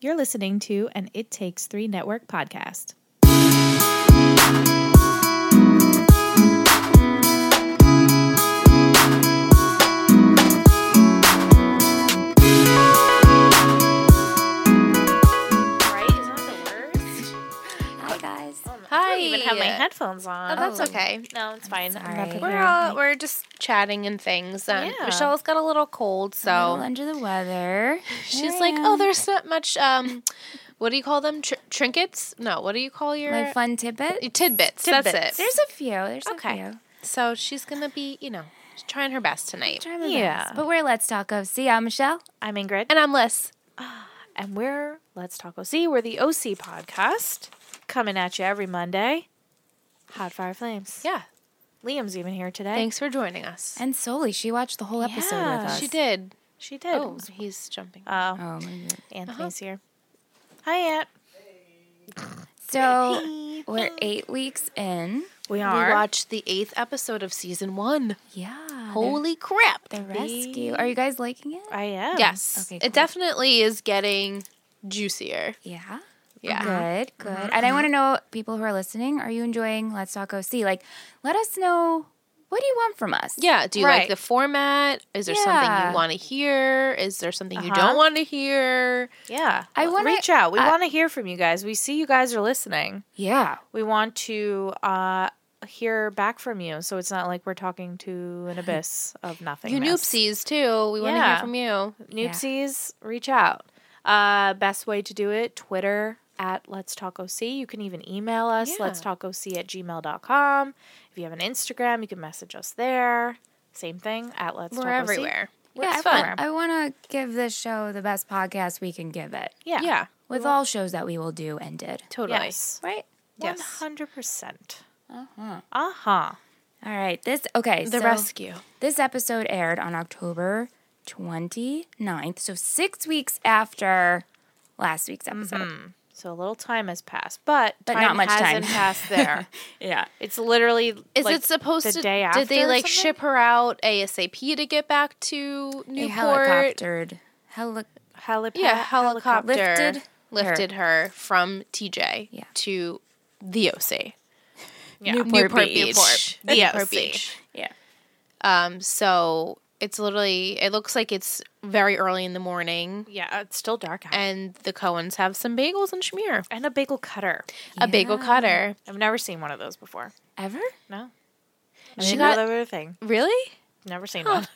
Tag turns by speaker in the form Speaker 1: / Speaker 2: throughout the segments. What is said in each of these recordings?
Speaker 1: You're listening to an It Takes Three Network podcast.
Speaker 2: Right? Isn't that the worst?
Speaker 3: Hi guys.
Speaker 2: Oh, no, I don't even have my
Speaker 4: Hi.
Speaker 2: headphones on.
Speaker 4: Oh, that's
Speaker 3: Oh.
Speaker 4: okay.
Speaker 2: No, it's fine. I'm
Speaker 3: sorry.
Speaker 2: not picking
Speaker 4: We're
Speaker 2: up
Speaker 4: all,
Speaker 2: my-
Speaker 4: we're just chatting and things. Um,
Speaker 2: Yeah.
Speaker 4: Michelle's got a little cold,
Speaker 3: So
Speaker 4: so
Speaker 3: under the weather.
Speaker 4: she's
Speaker 3: Here I
Speaker 4: like, "Oh,
Speaker 3: am.
Speaker 4: there's not much. Um, what do you call them? Tr- trinkets? No, what do you call your
Speaker 3: my fun tidbit.
Speaker 4: tidbits?
Speaker 2: Tidbits.
Speaker 4: That's it.
Speaker 3: There's a few. There's
Speaker 4: Okay.
Speaker 3: a few.
Speaker 4: So she's gonna be, you know, she's trying her best tonight.
Speaker 3: Try my
Speaker 2: Yeah.
Speaker 3: best. But we're let's talk of. See ya, Michelle.
Speaker 2: I'm Ingrid.
Speaker 4: And I'm Liz.
Speaker 2: And we're Let's Talk OC. We're the OC podcast coming at you every Monday. Hot Fire Flames.
Speaker 4: Yeah.
Speaker 2: Liam's even here today.
Speaker 4: Thanks for joining us.
Speaker 3: And Soli, she watched the whole episode
Speaker 2: Yeah,
Speaker 3: with us.
Speaker 4: she did.
Speaker 2: She did.
Speaker 4: Oh, he's jumping.
Speaker 2: Oh,
Speaker 3: Oh my god.
Speaker 2: Anthony's
Speaker 4: Uh-huh.
Speaker 2: here. Hi, Aunt.
Speaker 3: So we're eight weeks in.
Speaker 2: We
Speaker 4: We
Speaker 2: are.
Speaker 4: watched the eighth episode of season one.
Speaker 3: Yeah.
Speaker 4: Holy crap!
Speaker 3: the rescue. Are you guys liking it?
Speaker 2: I am.
Speaker 4: Yes,
Speaker 3: Okay,
Speaker 4: it
Speaker 3: cool.
Speaker 4: definitely is getting juicier.
Speaker 3: Yeah.
Speaker 4: Yeah. Mm-hmm.
Speaker 3: Good, good. And I want to know, people who are listening, are you enjoying Let's Talk OC? Like, let us know what do you want from us?
Speaker 4: Yeah. Do you
Speaker 2: Right.
Speaker 4: like the format? Is there something
Speaker 3: Yeah.
Speaker 4: you want to hear? Is there something you
Speaker 2: Uh-huh.
Speaker 4: don't want to hear?
Speaker 2: Yeah.
Speaker 3: I wanna-
Speaker 2: reach out. We
Speaker 3: I-
Speaker 2: want to hear from you guys. We see you guys are listening.
Speaker 3: Yeah.
Speaker 2: We want to uh, hear back from you, so it's not like we're talking to an abyss of nothingness.
Speaker 4: You noopsies too. We want to hear
Speaker 2: Yeah.
Speaker 4: from you.
Speaker 2: Noopsies, reach out. Uh, best way to do it, Twitter at Let's Talk OC. You can even email us,
Speaker 4: Yeah.
Speaker 2: Let's Talk OC at gmail.com. If you have an Instagram, you can message us there. Same thing at Let's
Speaker 4: We're
Speaker 2: Talk OC.
Speaker 4: everywhere.
Speaker 3: Yeah,
Speaker 4: It's
Speaker 3: I
Speaker 4: fun.
Speaker 3: Want, I want to give this show the best podcast we can give it
Speaker 2: Yeah.
Speaker 4: Yeah.
Speaker 3: with all shows that we will do and did.
Speaker 4: Totally.
Speaker 2: Yes.
Speaker 3: Right?
Speaker 2: One
Speaker 4: Yes. Uh-huh.
Speaker 2: hundred percent. Uh huh.
Speaker 3: All right. This, okay.
Speaker 4: The
Speaker 3: so
Speaker 4: rescue.
Speaker 3: This episode aired on October 29th. So six weeks after last week's episode.
Speaker 4: Mm-hmm.
Speaker 2: So a little time has passed, but
Speaker 3: But
Speaker 2: time
Speaker 3: not much time.
Speaker 2: hasn't passed there.
Speaker 3: Yeah.
Speaker 2: It's literally
Speaker 4: Is
Speaker 2: like,
Speaker 4: it supposed
Speaker 2: the
Speaker 4: to?
Speaker 2: day after?
Speaker 4: did they
Speaker 2: or
Speaker 4: like
Speaker 2: something?
Speaker 4: ship her out ASAP to get back to
Speaker 3: A
Speaker 4: Newport?
Speaker 3: helicoptered. Heli-
Speaker 2: Helipad-
Speaker 4: Yeah, helicopter
Speaker 3: Lifted
Speaker 4: lifted her, from TJ
Speaker 3: Yeah.
Speaker 4: to the OC.
Speaker 2: Yeah.
Speaker 3: Newport
Speaker 4: Beach.
Speaker 2: Beach.
Speaker 4: Newport,
Speaker 2: The
Speaker 4: Newport
Speaker 2: OC.
Speaker 4: Beach.
Speaker 3: yeah.
Speaker 4: Um, so it's literally it looks like it's very early in the morning,
Speaker 2: Yeah, it's still dark out. And,
Speaker 4: and the Cohens have some bagels and schmear,
Speaker 2: a bagel cutter.
Speaker 4: a bagel
Speaker 3: Yeah.
Speaker 4: cutter.
Speaker 2: I've never seen one of those before.
Speaker 3: Ever?
Speaker 2: No. I
Speaker 4: She
Speaker 2: didn't know
Speaker 4: got-
Speaker 2: that were a thing.
Speaker 4: Really?
Speaker 2: Never seen one.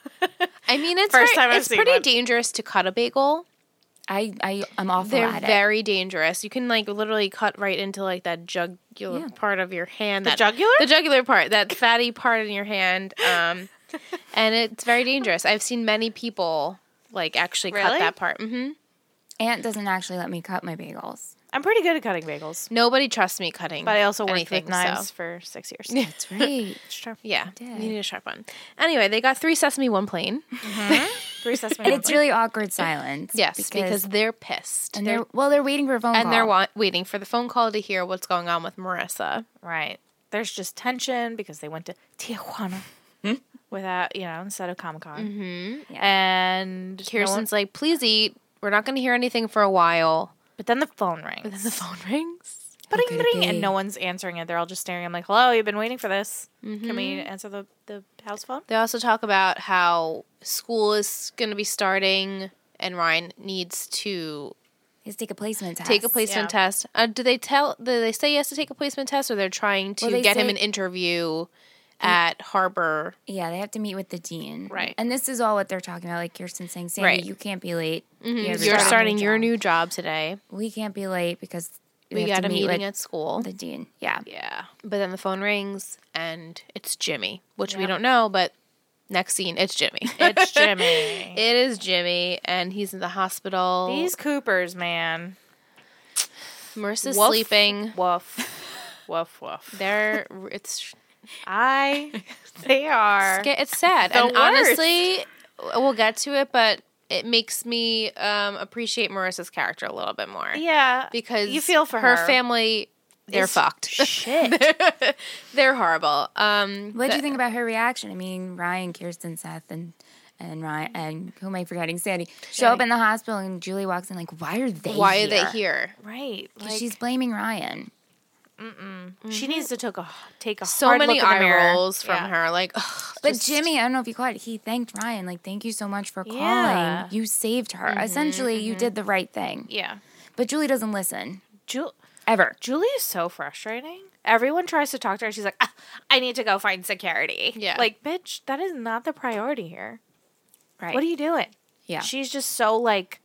Speaker 4: I mean, it's
Speaker 2: First
Speaker 4: very-
Speaker 2: time I've
Speaker 4: it's
Speaker 2: seen
Speaker 4: pretty
Speaker 2: one.
Speaker 4: dangerous to cut a bagel.
Speaker 3: I, I I'm awful
Speaker 4: They're
Speaker 3: at it.
Speaker 4: very dangerous. You can like literally cut right into like that jugular
Speaker 3: Yeah.
Speaker 4: part of your hand.
Speaker 2: The
Speaker 4: that-
Speaker 2: jugular?
Speaker 4: The jugular part, that fatty part in your hand. Um, and it's very dangerous. I've seen many people like actually
Speaker 2: Really?
Speaker 4: cut that part. hmm
Speaker 3: Aunt doesn't actually let me cut my bagels.
Speaker 2: I'm pretty good at cutting bagels,
Speaker 4: Nobody trusts me cutting,
Speaker 2: but I also worked
Speaker 4: anything,
Speaker 2: with knives
Speaker 4: so-
Speaker 2: for six years.
Speaker 3: That's right.
Speaker 2: It's true.
Speaker 4: Yeah, you
Speaker 3: did.
Speaker 4: need a sharp one. Anyway, they got three sesame, one plain.
Speaker 2: Three sesame
Speaker 3: and
Speaker 2: oil.
Speaker 3: it's really awkward silence.
Speaker 4: Yes, because, they're pissed.
Speaker 3: and they're well, they're waiting for a phone
Speaker 4: and
Speaker 3: call.
Speaker 4: they're wa- waiting for the phone call to hear what's going on with Marissa.
Speaker 2: right. There's just tension because they went to Tijuana without, you know, instead of Comic Con. Mm-hmm.
Speaker 3: Yeah.
Speaker 2: And no one-
Speaker 4: Kirsten's like, "Please eat. We're not going to hear anything for a while."
Speaker 2: but then the phone rings.
Speaker 4: The phone rings.
Speaker 2: Bring,
Speaker 3: could it
Speaker 2: bring, and
Speaker 3: be?
Speaker 2: no one's answering it. They're all just staring. I'm like, hello, you've been waiting for this. Can
Speaker 4: Mm-hmm.
Speaker 2: we answer the, the house phone?
Speaker 4: They also talk about how school is going to be starting and Ryan needs to
Speaker 3: Let's take a placement test.
Speaker 4: take a placement
Speaker 2: Yeah.
Speaker 4: test. Uh, do they tell do they say he has to take a placement test or they're trying to
Speaker 3: Well, they
Speaker 4: get him
Speaker 3: say-
Speaker 4: an interview at Harbor?
Speaker 3: Yeah, they have to meet with the dean.
Speaker 4: Right.
Speaker 3: And this is all what they're talking about. Like Kirsten saying, Sandy,
Speaker 4: Right. Mm-hmm.
Speaker 3: you can't be late.
Speaker 4: You're
Speaker 3: You're
Speaker 4: starting,
Speaker 3: starting
Speaker 4: your new job today.
Speaker 3: We can't be late because we,
Speaker 4: We,
Speaker 3: have to
Speaker 4: got a
Speaker 3: meet
Speaker 4: meeting
Speaker 3: with
Speaker 4: at school.
Speaker 3: the dean. Yeah.
Speaker 2: Yeah.
Speaker 4: But then the phone rings and it's Jimmy, which we don't know, but next scene it's Jimmy.
Speaker 2: It's Jimmy.
Speaker 4: It is Jimmy, and he's in the hospital.
Speaker 2: These Coopers, man.
Speaker 4: Marissa's
Speaker 2: Woof.
Speaker 4: sleeping.
Speaker 2: Woof. woof, woof.
Speaker 4: They're it's
Speaker 2: I, they are.
Speaker 4: sca- it's sad,
Speaker 2: The
Speaker 4: and honestly, we'll get to it, but it makes me um, appreciate Marissa's character a little bit more.
Speaker 2: Yeah.
Speaker 4: because
Speaker 2: you feel for
Speaker 4: her,
Speaker 2: her.
Speaker 4: family. They're
Speaker 2: It's
Speaker 4: fucked.
Speaker 2: Shit.
Speaker 4: they're horrible. Um,
Speaker 3: What do
Speaker 4: the-
Speaker 3: you think about her reaction? I mean, Ryan, Kirsten, Seth, and and Ryan and who am I forgetting? Sandy show up in the hospital, and Julie walks in like, "Why are they?
Speaker 4: Why
Speaker 3: here?
Speaker 4: are they here?
Speaker 2: Right.
Speaker 3: 'Cause
Speaker 2: Like,
Speaker 3: she's blaming Ryan.
Speaker 2: she needs to take a take a
Speaker 4: mm-hmm. So
Speaker 2: hard
Speaker 4: many
Speaker 2: look in the
Speaker 4: eye
Speaker 2: mirror.
Speaker 4: rolls from
Speaker 2: Yeah.
Speaker 4: her. Like, ugh,
Speaker 3: But Jimmy, I don't know if you caught, it, he thanked Ryan like, "Thank you so much for calling.
Speaker 2: Yeah.
Speaker 3: You saved her.
Speaker 4: Mm-hmm,
Speaker 3: Essentially, you did the right thing."
Speaker 2: Yeah.
Speaker 3: But Julie doesn't listen
Speaker 2: Ju-
Speaker 3: ever.
Speaker 2: Julie is so frustrating. Everyone tries to talk to her. She's like, "Ah, I need to go find security.
Speaker 4: Yeah.
Speaker 2: Like, bitch, that is not the priority here.
Speaker 3: Right?
Speaker 2: What are you doing?
Speaker 3: yeah.
Speaker 2: She's just so like,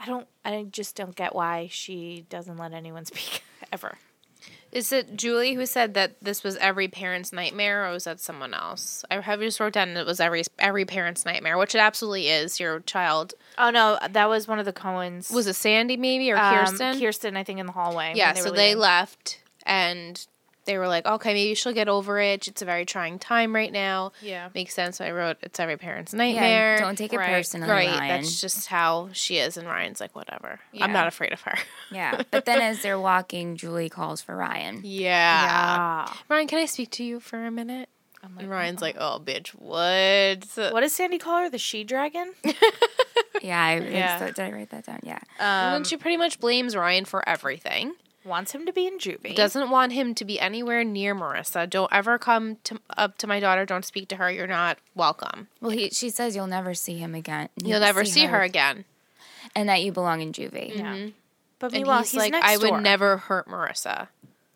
Speaker 2: I don't, I just don't get why she doesn't let anyone speak ever.
Speaker 4: Is it Julie who said that this was every parent's nightmare, or was that someone else? I have just wrote down that it was every every parent's nightmare, which it absolutely is. Your child
Speaker 2: Oh no, that was one of the Cohens.
Speaker 4: was it Sandy maybe or
Speaker 2: um,
Speaker 4: Kirsten?
Speaker 2: Kirsten, I think, in the hallway. when
Speaker 4: yeah, so
Speaker 2: were
Speaker 4: they
Speaker 2: leaving.
Speaker 4: left and they were like, okay, maybe she'll get over it. It's a very trying time right now.
Speaker 2: Yeah.
Speaker 4: makes sense. I wrote it's every parent's
Speaker 3: Yeah,
Speaker 4: nightmare.
Speaker 3: Don't take it
Speaker 2: Right.
Speaker 3: personally,
Speaker 4: right.
Speaker 3: Ryan.
Speaker 4: That's just how she is, and Ryan's like, whatever.
Speaker 3: Yeah.
Speaker 4: I'm not afraid of her.
Speaker 3: yeah. But then as they're walking, Julie calls for Ryan.
Speaker 4: yeah.
Speaker 2: Ah.
Speaker 4: Ryan, can I speak to you for a minute? and Ryan's like, oh, bitch, what?
Speaker 2: What does Sandy call her? The she dragon?
Speaker 3: Yeah, I think
Speaker 2: Yeah.
Speaker 3: so. Did I write that down? Yeah.
Speaker 4: and
Speaker 3: um,
Speaker 4: then she pretty much blames Ryan for everything.
Speaker 2: Wants him to be in juvie.
Speaker 4: Doesn't want him to be anywhere near Marissa. Don't ever come to, up to my daughter. Don't speak to her. You're not welcome.
Speaker 3: Well, he, she says you'll never see him again.
Speaker 4: You'll never see her again.
Speaker 3: and that you belong in juvie.
Speaker 2: Yeah. But
Speaker 4: mm-hmm. And
Speaker 2: meanwhile,
Speaker 4: he's,
Speaker 2: he's,
Speaker 4: like,
Speaker 2: next
Speaker 4: I would
Speaker 2: door.
Speaker 4: never hurt Marissa.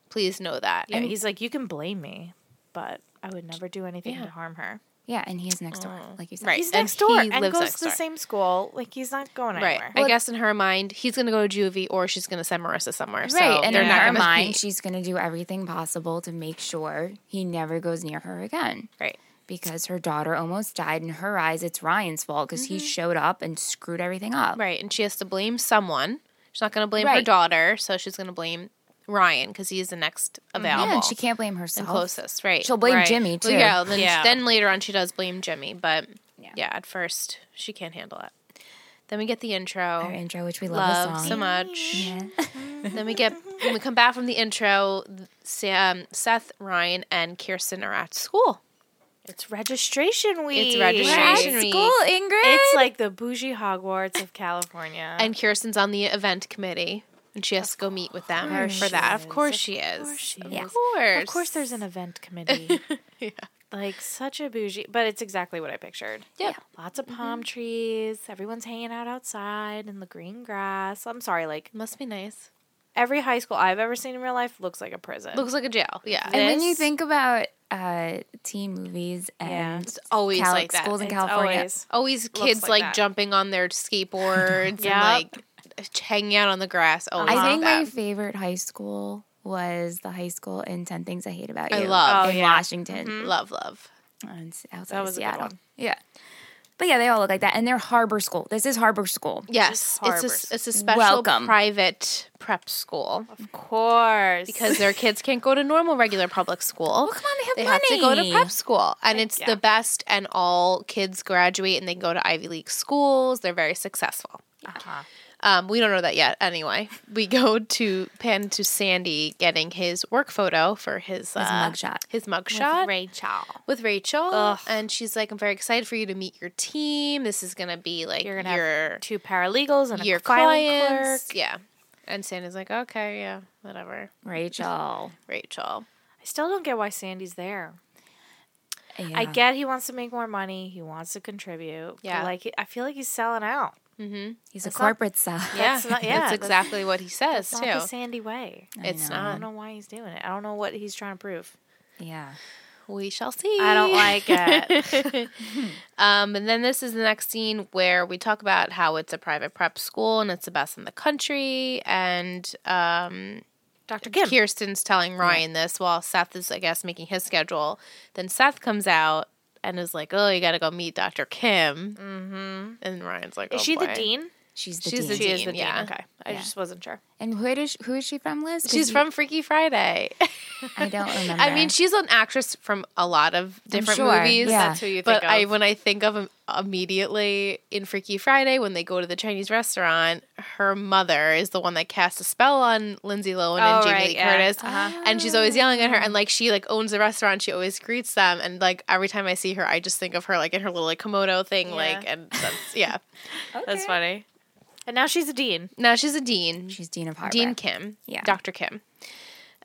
Speaker 4: Please know that.
Speaker 2: Yeah,
Speaker 4: And
Speaker 2: he's like, you can blame me, but I would never do anything to harm her.
Speaker 3: Yeah, and he's next door, like you said.
Speaker 4: Mm. Right.
Speaker 2: He's
Speaker 4: And
Speaker 2: next door
Speaker 4: he
Speaker 2: and
Speaker 4: lives
Speaker 2: goes
Speaker 4: next
Speaker 2: to the
Speaker 4: door.
Speaker 2: same school. Like he's not going
Speaker 4: right.
Speaker 2: anywhere.
Speaker 4: I guess in her mind, he's going to go to juvie or she's going to send Marissa somewhere. So
Speaker 3: Right, and
Speaker 4: they're
Speaker 3: in
Speaker 4: not
Speaker 3: her
Speaker 4: gonna
Speaker 3: mind,
Speaker 4: be-
Speaker 3: she's going to do everything possible to make sure he never goes near her again.
Speaker 4: Right.
Speaker 3: Because her daughter almost died. In her eyes, it's Ryan's fault because he showed up and screwed everything up.
Speaker 4: Mm-hmm. Right. And she has to blame someone. She's not going to blame her
Speaker 3: Right.
Speaker 4: daughter. So she's going to blame Ryan because he's the next available.
Speaker 3: Mm-hmm. Yeah, and she can't blame herself.
Speaker 4: and closest, right?
Speaker 3: She'll blame
Speaker 2: Right.
Speaker 3: Jimmy too.
Speaker 4: Well, yeah, then,
Speaker 2: Yeah.
Speaker 4: then later on she does blame Jimmy, but yeah.
Speaker 3: Yeah.
Speaker 4: at first she can't handle it. Then we get the intro.
Speaker 3: Our intro, which we love,
Speaker 4: Love
Speaker 3: the
Speaker 4: so
Speaker 3: song.
Speaker 4: much.
Speaker 3: Yeah.
Speaker 4: Then we get when we come back from the intro. Sam, Seth, Ryan, and Kirsten are at school.
Speaker 2: It's registration week.
Speaker 4: It's
Speaker 3: We're at
Speaker 4: registration. Graduation week.
Speaker 3: school, Ingrid.
Speaker 2: It's like the bougie Hogwarts of California.
Speaker 4: And Kirsten's on the event committee, and she has to go meet with them for that. Of course she is.
Speaker 3: is. Yeah.
Speaker 4: Of course.
Speaker 2: of course, there's an event committee. Like such a bougie, but it's exactly what I pictured.
Speaker 4: Yeah.
Speaker 2: Lots of
Speaker 4: Mm-hmm.
Speaker 2: palm trees. Everyone's hanging out outside in the green grass. I'm sorry, like
Speaker 4: Must be nice.
Speaker 2: every high school I've ever seen in real life looks like a prison.
Speaker 4: Looks like a jail. Yeah.
Speaker 3: and when you
Speaker 2: this.
Speaker 3: think about uh, teen movies and
Speaker 4: it's always
Speaker 3: Cal-
Speaker 4: like that.
Speaker 3: schools in
Speaker 2: It's
Speaker 3: California,
Speaker 2: always-
Speaker 4: always
Speaker 2: Looks
Speaker 4: kids
Speaker 2: like
Speaker 4: like,
Speaker 2: that.
Speaker 4: jumping on their skateboards
Speaker 2: Yep.
Speaker 4: and like hanging out on the grass. Always
Speaker 3: I think my
Speaker 4: like that.
Speaker 3: favorite high school was the high school in Ten Things I Hate About You.
Speaker 4: I love.
Speaker 2: Oh,
Speaker 3: in
Speaker 2: yeah.
Speaker 3: Washington,
Speaker 4: Mm-hmm. love, love.
Speaker 3: on s- outside
Speaker 2: That
Speaker 3: of
Speaker 2: was a good
Speaker 3: Seattle.
Speaker 2: one.
Speaker 3: Yeah, but yeah, they all look like that, and they're Harbor School. This is Harbor School.
Speaker 4: Yes, it's a,
Speaker 2: harbors.
Speaker 4: s- it's a special
Speaker 3: Welcome.
Speaker 4: private prep school
Speaker 2: of course,
Speaker 4: because their kids can't go to normal regular public school.
Speaker 3: Well, come on, they have
Speaker 4: they
Speaker 3: money.
Speaker 4: have to go to prep school, and it's
Speaker 2: yeah.
Speaker 4: the best. And all kids graduate, and they go to Ivy League schools. They're very successful.
Speaker 2: uh-huh.
Speaker 4: Um, we don't know that yet. Anyway, we go to pan to Sandy getting his work photo for his, uh,
Speaker 3: mugshot.
Speaker 4: His mugshot.
Speaker 2: Rachel.
Speaker 4: with Rachel,
Speaker 2: Ugh.
Speaker 4: and she's like, "I'm very excited for you to meet your team. This is gonna be like
Speaker 2: You're gonna
Speaker 4: your
Speaker 2: have two paralegals and
Speaker 4: your
Speaker 2: a filing
Speaker 4: clients,
Speaker 2: clerk.
Speaker 4: yeah." And Sandy's like, "Okay, yeah, whatever."
Speaker 3: Rachel.
Speaker 4: Rachel,
Speaker 2: I still don't get why Sandy's there. I
Speaker 3: Yeah.
Speaker 2: get he wants to make more money. He wants to contribute. but,
Speaker 4: Yeah.
Speaker 2: like I feel like he's selling out.
Speaker 3: He's a
Speaker 2: That's not-
Speaker 3: corporate sub.
Speaker 2: That's
Speaker 4: yeah,
Speaker 2: not- yeah,
Speaker 4: that's
Speaker 2: that's-
Speaker 4: exactly what he says
Speaker 2: It's not the
Speaker 4: too.
Speaker 2: Sandy way.
Speaker 4: It's
Speaker 2: I
Speaker 4: not.
Speaker 2: don't know why he's doing it. I don't know what he's trying to prove.
Speaker 3: Yeah.
Speaker 4: We shall see.
Speaker 2: I don't like it.
Speaker 4: Um, and then this is the next scene where we talk about how it's a private prep school and it's the best in the country. And um, Dr.
Speaker 2: Kim.
Speaker 4: Kirsten's telling Ryan this while Seth is, I guess, making his schedule. Then Seth comes out and is like, "Oh, you got to go meet Dr. Kim." Mm-hmm. And Ryan's like,
Speaker 2: Is
Speaker 4: "Oh,
Speaker 2: she the
Speaker 4: boy."
Speaker 2: dean?
Speaker 3: She's the
Speaker 4: She's the
Speaker 3: dean.
Speaker 2: She is the
Speaker 4: Dean, yeah.
Speaker 2: dean. Okay, I
Speaker 3: Yeah.
Speaker 2: just wasn't sure.
Speaker 3: and who is, who is she from, Liz? 'Cause
Speaker 4: She's
Speaker 3: you-
Speaker 4: from Freaky Friday.
Speaker 3: I don't remember.
Speaker 4: I mean, she's an actress from a lot of different
Speaker 3: sure,
Speaker 4: movies.
Speaker 3: yeah.
Speaker 2: That's who you
Speaker 4: but
Speaker 2: think
Speaker 4: I,
Speaker 2: of.
Speaker 4: when I think of immediately in Freaky Friday when they go to the Chinese restaurant, her mother is the one that casts a spell on Lindsay Lohan
Speaker 2: Oh,
Speaker 4: and Jamie
Speaker 2: right,
Speaker 4: Lee
Speaker 2: yeah. Uh-huh.
Speaker 4: Curtis, and she's always yelling at her. And like she like owns the restaurant, she always greets them. And like every time I see her, I just think of her like in her little like komodo thing,
Speaker 2: Yeah.
Speaker 4: like and that's yeah.
Speaker 2: That's funny. And now she's a dean.
Speaker 4: Now she's a dean,
Speaker 3: She's Dean of Harvard.
Speaker 4: Dean Kim,
Speaker 3: Yeah.
Speaker 4: Doctor Kim.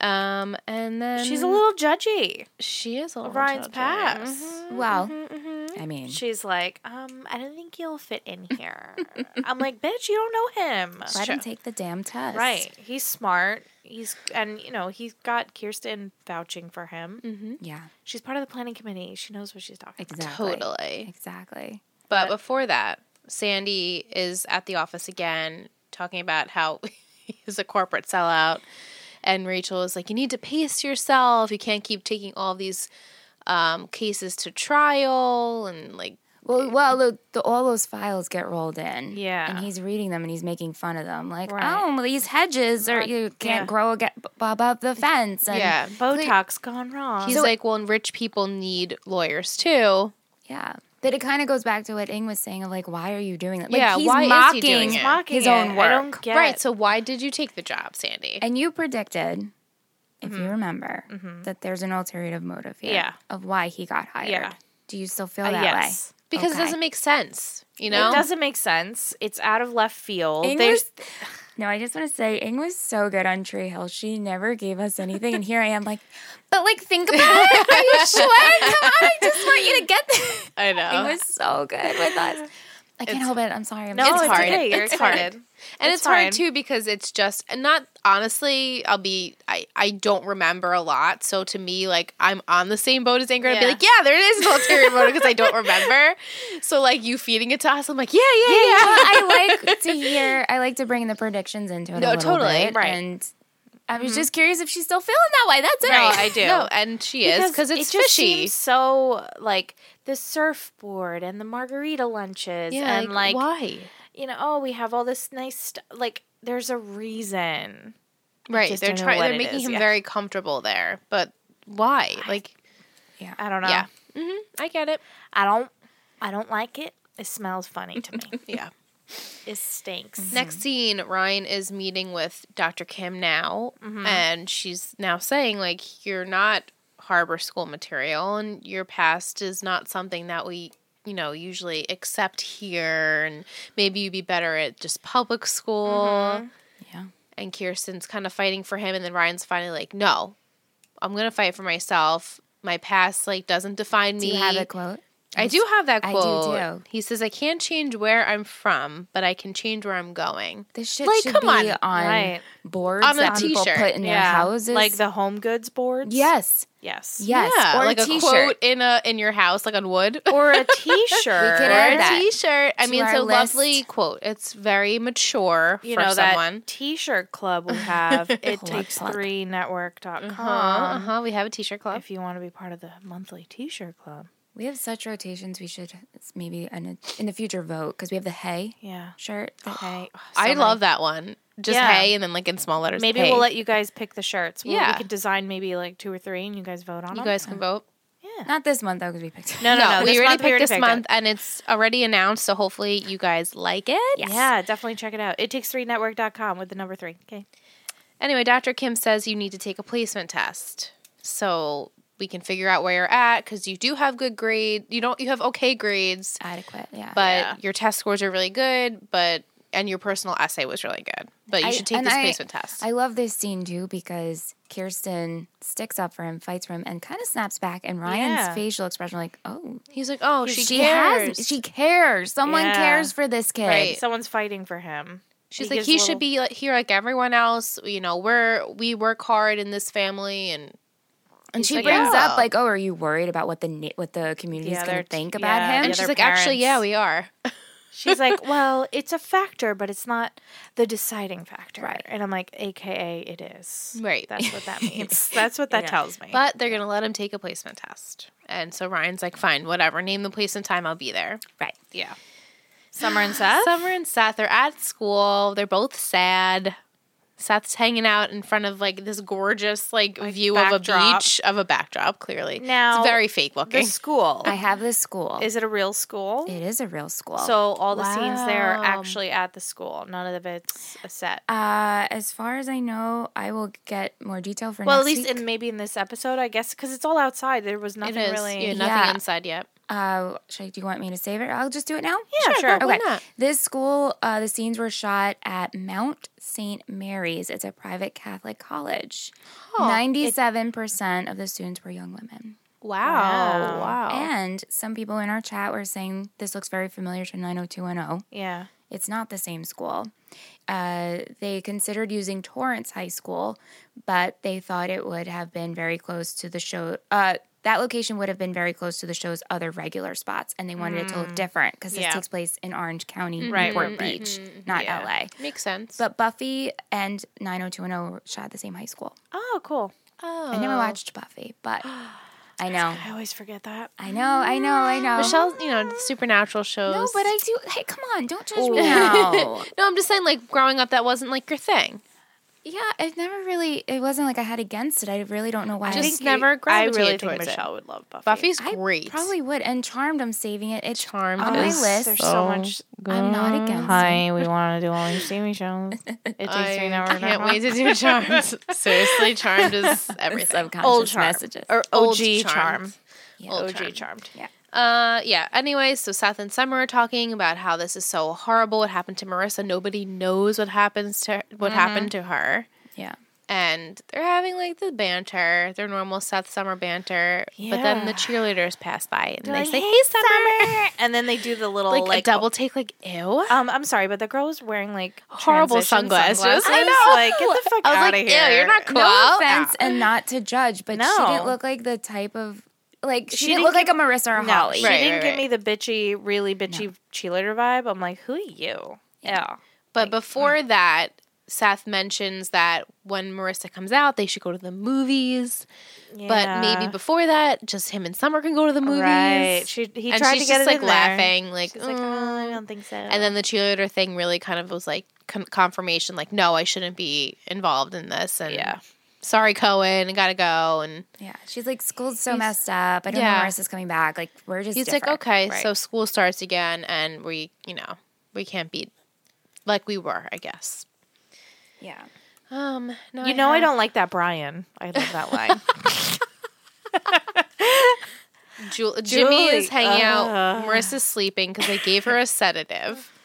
Speaker 4: Um, and then
Speaker 2: She's a little judgy.
Speaker 4: she is a little Mm-hmm.
Speaker 2: Ryan's
Speaker 4: judgy.
Speaker 2: pass.
Speaker 3: Well,
Speaker 4: mm-hmm.
Speaker 3: I mean,
Speaker 2: She's like, um, I don't think you'll fit in here. I'm like, bitch, you don't know him.
Speaker 3: let him take the damn test.
Speaker 2: Right. He's smart. He's and you know, he's got Kirsten vouching for him.
Speaker 3: Hmm? Yeah.
Speaker 2: She's part of the planning committee. She knows what she's talking about.
Speaker 3: Exactly.
Speaker 4: Totally.
Speaker 3: Exactly.
Speaker 4: But before that, Sandy is at the office again talking about how he's a corporate sellout. And Rachel is like, You need to pace yourself. You can't keep taking all these um, cases to trial. And like,
Speaker 3: Well, well, the, the, all those files get rolled in.
Speaker 2: Yeah.
Speaker 3: and he's reading them and he's making fun of them, like,
Speaker 2: Right.
Speaker 3: oh, well, these hedges are you can't
Speaker 2: yeah.
Speaker 3: grow aga- b- above the fence. And,
Speaker 4: yeah.
Speaker 2: Botox gone wrong.
Speaker 4: He's like, Well, and rich people need lawyers too.
Speaker 3: yeah. That it kind of goes back to what Ing was saying of like, why are you doing that? Like,
Speaker 4: Yeah,
Speaker 3: he's
Speaker 4: why is he
Speaker 3: mocking
Speaker 4: doing it?
Speaker 2: mocking
Speaker 3: his
Speaker 2: it.
Speaker 3: own work,
Speaker 2: I don't get
Speaker 4: Right.
Speaker 2: it.
Speaker 4: So why did you take the job, Sandy?
Speaker 3: and you predicted, if
Speaker 4: Mm-hmm.
Speaker 3: you remember, that there's an alternative motive here
Speaker 2: Yeah.
Speaker 3: of why he got hired.
Speaker 2: Yeah.
Speaker 3: Do you still feel
Speaker 2: Uh,
Speaker 3: that
Speaker 2: yes.
Speaker 3: way?
Speaker 4: because
Speaker 3: Okay.
Speaker 4: it doesn't make sense, you know?
Speaker 2: It doesn't make sense. It's out of left field.
Speaker 3: Ing
Speaker 2: There's
Speaker 3: was- no, I just want to say Ing was so good on Tree Hill. She never gave us anything, and here I am, like, but like, think about it. Are you sure? Come on, I just want you to get this.
Speaker 4: I know.
Speaker 3: Ing was so good with us. I can't help it. I'm sorry. I'm
Speaker 2: no,
Speaker 3: sorry.
Speaker 2: it's,
Speaker 4: It's hard.
Speaker 2: okay. You're
Speaker 4: It's hard.
Speaker 2: excited.
Speaker 4: and
Speaker 2: It's
Speaker 4: it's,
Speaker 2: fine.
Speaker 4: hard too because it's just and not honestly i'll be i i don't remember a lot so to me like i'm on the same boat as anger i'd be
Speaker 2: Yeah.
Speaker 4: like yeah there is an ulterior motive because i don't remember so like you feeding it to us i'm like yeah yeah yeah,
Speaker 3: Well, I like to hear. I like to bring the predictions into it.
Speaker 4: No,
Speaker 3: a little
Speaker 4: totally,
Speaker 3: bit,
Speaker 2: right.
Speaker 3: And I was just curious if she's still feeling that way. That's it.
Speaker 2: Right. I do.
Speaker 4: no and she is because it's
Speaker 2: it just
Speaker 4: fishy
Speaker 2: Seems so like the surfboard and the margarita lunches
Speaker 4: yeah
Speaker 2: and like,
Speaker 4: why
Speaker 2: you know, oh, we have all this nice st- like. There's a reason.
Speaker 4: right
Speaker 2: just
Speaker 4: they're
Speaker 2: don't know
Speaker 4: trying
Speaker 2: what
Speaker 4: they're
Speaker 2: it
Speaker 4: making
Speaker 2: is,
Speaker 4: him
Speaker 2: yeah.
Speaker 4: very comfortable there but why like
Speaker 2: I don't know.
Speaker 4: yeah hmm i get it
Speaker 2: I don't. I don't like it. It smells funny to me.
Speaker 4: yeah
Speaker 2: it stinks.
Speaker 4: Next scene, Ryan is meeting with Dr. Kim now,
Speaker 3: Mm-hmm.
Speaker 4: and she's now saying, like, you're not harbor school material, and your past is not something that we, you know, usually accept here, and maybe you'd be better at just public school.
Speaker 3: Mm-hmm. Yeah.
Speaker 4: And Kirsten's kind of fighting for him, and then Ryan's finally like, no, I'm going to fight for myself. My past, like, doesn't define
Speaker 3: Do
Speaker 4: me.
Speaker 3: you have a quote?
Speaker 4: I do have that
Speaker 3: I do,
Speaker 4: quote.
Speaker 3: too.
Speaker 4: He says, I can't change where I'm from, but I can change where I'm going.
Speaker 3: This shit
Speaker 4: Like,
Speaker 3: should
Speaker 4: come
Speaker 3: be
Speaker 4: on.
Speaker 3: on,
Speaker 2: Right.
Speaker 3: boards
Speaker 4: On a
Speaker 3: that people
Speaker 4: t-shirt.
Speaker 3: put in their houses.
Speaker 2: like the home goods boards.
Speaker 3: yes,
Speaker 2: Yes.
Speaker 3: yes, or
Speaker 4: like
Speaker 3: a
Speaker 4: a,
Speaker 3: t-shirt.
Speaker 4: quote in a in your house, like on wood.
Speaker 2: Or a T-shirt.
Speaker 3: We could
Speaker 4: Or
Speaker 3: add
Speaker 4: a
Speaker 3: that
Speaker 4: t-shirt. I
Speaker 3: to
Speaker 4: mean,
Speaker 3: our
Speaker 4: it's a
Speaker 3: list.
Speaker 4: lovely quote. It's very mature
Speaker 2: you
Speaker 4: for
Speaker 2: know
Speaker 4: someone.
Speaker 2: that t-shirt club we have it takes
Speaker 3: club.
Speaker 2: three network.com
Speaker 4: Uh huh. Uh-huh. We have a t-shirt club.
Speaker 2: if you want to be part of the monthly t-shirt club
Speaker 3: We have such rotations. We should it's maybe in, in the future vote because we have the hay
Speaker 2: yeah
Speaker 3: shirt. The
Speaker 2: okay
Speaker 4: Oh, I love that one. Just
Speaker 2: Yeah.
Speaker 4: hey, and then like in small letters.
Speaker 2: maybe
Speaker 4: hey.
Speaker 2: we'll let you guys pick the shirts We'll-
Speaker 4: Yeah.
Speaker 2: we could design maybe like two or three and you guys vote on
Speaker 4: you
Speaker 2: them
Speaker 4: guys can vote.
Speaker 3: Not this month though because we picked.
Speaker 2: no no no,
Speaker 4: we
Speaker 2: this
Speaker 4: already
Speaker 2: month
Speaker 4: picked this
Speaker 2: picked
Speaker 4: month,
Speaker 2: it.
Speaker 4: and it's already announced. So hopefully, you guys like it.
Speaker 2: yeah definitely check it out it takes three network.com with the number three okay
Speaker 4: Anyway, Dr. Kim says you need to take a placement test. So we can figure out where you're at because you do have good grades. You don't. You have okay grades.
Speaker 3: adequate. Yeah,
Speaker 4: but
Speaker 2: Yeah.
Speaker 4: your test scores are really good but and your personal essay was really good but you should take
Speaker 3: and
Speaker 4: this
Speaker 3: I-
Speaker 4: placement test
Speaker 3: I love this scene too because Kirsten sticks up for him, fights for him, and kind of snaps back. And Ryan's
Speaker 2: Yeah.
Speaker 3: facial expression, like, oh,
Speaker 4: he's like oh she,
Speaker 3: she,
Speaker 4: cares
Speaker 3: has, she cares. Someone
Speaker 2: Yeah.
Speaker 3: cares for this kid.
Speaker 4: Right.
Speaker 2: someone's fighting for him
Speaker 4: she's
Speaker 2: He
Speaker 4: like
Speaker 2: gives
Speaker 4: he
Speaker 2: a
Speaker 4: should
Speaker 2: little-
Speaker 4: be like, here like everyone else you know we're we work hard in this family and
Speaker 3: And she
Speaker 4: like,
Speaker 3: brings
Speaker 4: yeah.
Speaker 3: up like, oh, are you worried about what the na- what the community's
Speaker 2: Yeah,
Speaker 3: going
Speaker 2: they're-
Speaker 3: to think
Speaker 2: yeah,
Speaker 3: about him?
Speaker 2: the
Speaker 4: and
Speaker 2: other
Speaker 4: she's like actually
Speaker 2: parents.
Speaker 4: yeah we are
Speaker 2: she's like well it's a factor but it's not the deciding factor right and i'm like aka it is
Speaker 4: Right.
Speaker 2: that's what that means that's what that
Speaker 3: Yeah.
Speaker 2: tells me
Speaker 4: but they're gonna let him take a placement test and so ryan's like fine whatever name the place and time i'll be there
Speaker 3: right.
Speaker 4: yeah
Speaker 2: Summer and Seth.
Speaker 4: summer and seth are at school they're both sad Seth's hanging out in front of like this gorgeous like, view of a
Speaker 2: backdrop.
Speaker 4: beach of a backdrop. Clearly,
Speaker 2: Now,
Speaker 4: it's very fake
Speaker 2: The
Speaker 4: looking.
Speaker 2: school.
Speaker 3: I have this school.
Speaker 2: Is it a real school?
Speaker 3: it is a real school.
Speaker 2: So all the scenes there are
Speaker 4: Wow.
Speaker 2: actually at the school. None of it's a set.
Speaker 3: uh, as far as I know, I will get more detail for
Speaker 2: well, at
Speaker 3: next
Speaker 2: least
Speaker 3: week.
Speaker 2: in maybe in this episode, I guess, because it's all outside. There was
Speaker 4: It
Speaker 2: nothing
Speaker 4: is
Speaker 2: really.
Speaker 4: yeah, nothing
Speaker 3: Yeah.
Speaker 4: inside yet.
Speaker 3: Uh, should I, do you want me to save it? I'll just do it now.
Speaker 2: Yeah, sure.
Speaker 4: go- Why
Speaker 3: Okay.
Speaker 4: not?
Speaker 3: This school, uh, the scenes were shot at Mount St. Mary's. It's a private Catholic college.
Speaker 2: Oh,
Speaker 3: Ninety-seven percent of the students were young women,
Speaker 4: Wow,
Speaker 2: Oh.
Speaker 4: wow.
Speaker 3: and some people in our chat were saying this looks very familiar to nine hundred two one oh. zero.
Speaker 2: Yeah.
Speaker 3: It's not the same school. Uh, they considered using Torrance High School, but they thought it would have been very close to the show. Uh, that location would have been very close to the show's other regular spots, and they wanted it to look different because
Speaker 2: Mm. Yeah. Mm-hmm.
Speaker 3: this takes place in Orange County,
Speaker 2: Right,
Speaker 3: Newport
Speaker 2: right, right.
Speaker 3: Beach, not
Speaker 2: Mm-hmm. Yeah.
Speaker 3: LA.
Speaker 4: Makes sense.
Speaker 3: But Buffy and 90210 shot at the same high school.
Speaker 2: Oh, cool.
Speaker 4: oh.
Speaker 3: I never watched Buffy, but I know.
Speaker 2: I always forget that.
Speaker 3: I know, I know, I know.
Speaker 4: Michelle, you know, supernatural shows.
Speaker 3: No, but I do. Hey, come on, don't judge me now.
Speaker 4: No, I'm just saying, like, growing up, that wasn't like your thing.
Speaker 3: Yeah, it never really. It wasn't like I had against it. I really don't know why.
Speaker 4: Just
Speaker 3: I
Speaker 4: think never
Speaker 2: I
Speaker 4: gravitated
Speaker 2: really think
Speaker 4: towards it.
Speaker 2: Michelle would love Buffy.
Speaker 4: Buffy's
Speaker 3: I
Speaker 4: great.
Speaker 3: probably would. And Charmed, I'm saving it. It's
Speaker 4: Charmed
Speaker 3: on my
Speaker 4: is
Speaker 3: list.
Speaker 2: There's
Speaker 4: Oh,
Speaker 2: so much.
Speaker 3: I'm not against it.
Speaker 2: Hi, we want to do all these TV shows. It takes
Speaker 4: I
Speaker 2: three an hour. and a
Speaker 4: can't
Speaker 2: half.
Speaker 4: wait to do Charmed. Seriously, Charmed is everything.
Speaker 3: Subconscious
Speaker 2: Old Charm.
Speaker 3: messages.
Speaker 2: Or
Speaker 4: Old
Speaker 2: OG Charm.
Speaker 4: Charmed.
Speaker 3: Yeah.
Speaker 4: Old
Speaker 2: OG
Speaker 4: Charmed.
Speaker 2: Charmed.
Speaker 4: Uh, yeah. Anyway, so Seth and Summer are talking about how this is so horrible. What happened to Marissa? Nobody knows what happens to what
Speaker 2: Mm-hmm.
Speaker 4: happened to her.
Speaker 3: yeah.
Speaker 4: And they're having like the banter, their normal Seth Summer banter. But then the
Speaker 2: Yeah.
Speaker 4: cheerleaders pass by and they
Speaker 2: Like,
Speaker 4: say,
Speaker 2: hey,
Speaker 4: "Hey, Summer!"
Speaker 2: Summer. And then they do the little
Speaker 4: Like,
Speaker 2: like,
Speaker 4: a double take, like "Ew."
Speaker 2: Um, I'm sorry, but the girl was wearing like
Speaker 4: Horrible
Speaker 2: transition
Speaker 4: sunglasses.
Speaker 2: I
Speaker 4: I
Speaker 2: know.
Speaker 4: know.
Speaker 2: Like, get the fuck
Speaker 4: I was
Speaker 2: out
Speaker 4: like,
Speaker 2: of
Speaker 4: "Ew,
Speaker 2: here.
Speaker 4: you're not cool.
Speaker 3: No
Speaker 4: Well,
Speaker 3: offense, and not to judge, but she
Speaker 2: No.
Speaker 3: didn't look like the type of like she,
Speaker 2: She
Speaker 3: didn't
Speaker 2: didn't
Speaker 3: look
Speaker 2: give-
Speaker 3: like a Marissa or
Speaker 2: No,
Speaker 3: Holly.
Speaker 2: she
Speaker 4: Right,
Speaker 2: didn't
Speaker 4: right,
Speaker 2: give
Speaker 4: right.
Speaker 2: me the bitchy, really bitchy cheerleader vibe. I'm like, who are you? Yeah.
Speaker 4: But before that, Seth mentions that when Marissa comes out, they should go to the movies. But maybe before that, just him and Summer can go to the movies.
Speaker 2: Right. She he
Speaker 4: and
Speaker 2: tried
Speaker 4: she's
Speaker 2: to get
Speaker 4: just
Speaker 2: it
Speaker 4: like
Speaker 2: in there.
Speaker 4: laughing, like,
Speaker 2: She's like, oh, I don't think so.
Speaker 4: "Mm." and then the cheerleader thing really kind of was like con- confirmation, like, no, I shouldn't be involved in this. And
Speaker 2: Yeah.
Speaker 4: sorry, Cohen, gotta go. And
Speaker 3: Yeah, she's like school's so messed up. I don't know
Speaker 4: Yeah.
Speaker 3: when Marissa's coming back. Like we're just
Speaker 4: he's like,
Speaker 3: different.
Speaker 4: okay,
Speaker 2: Right.
Speaker 4: so school starts again, and we, you know, we can't be like we were, I guess.
Speaker 3: yeah.
Speaker 4: Um, no,
Speaker 2: you know, Oh, I
Speaker 4: have-
Speaker 2: don't like that Brian. I love that line.
Speaker 4: Jul- Jimmy
Speaker 2: Julie,
Speaker 4: is hanging
Speaker 2: uh.
Speaker 4: out. Marissa's sleeping because I gave her a sedative.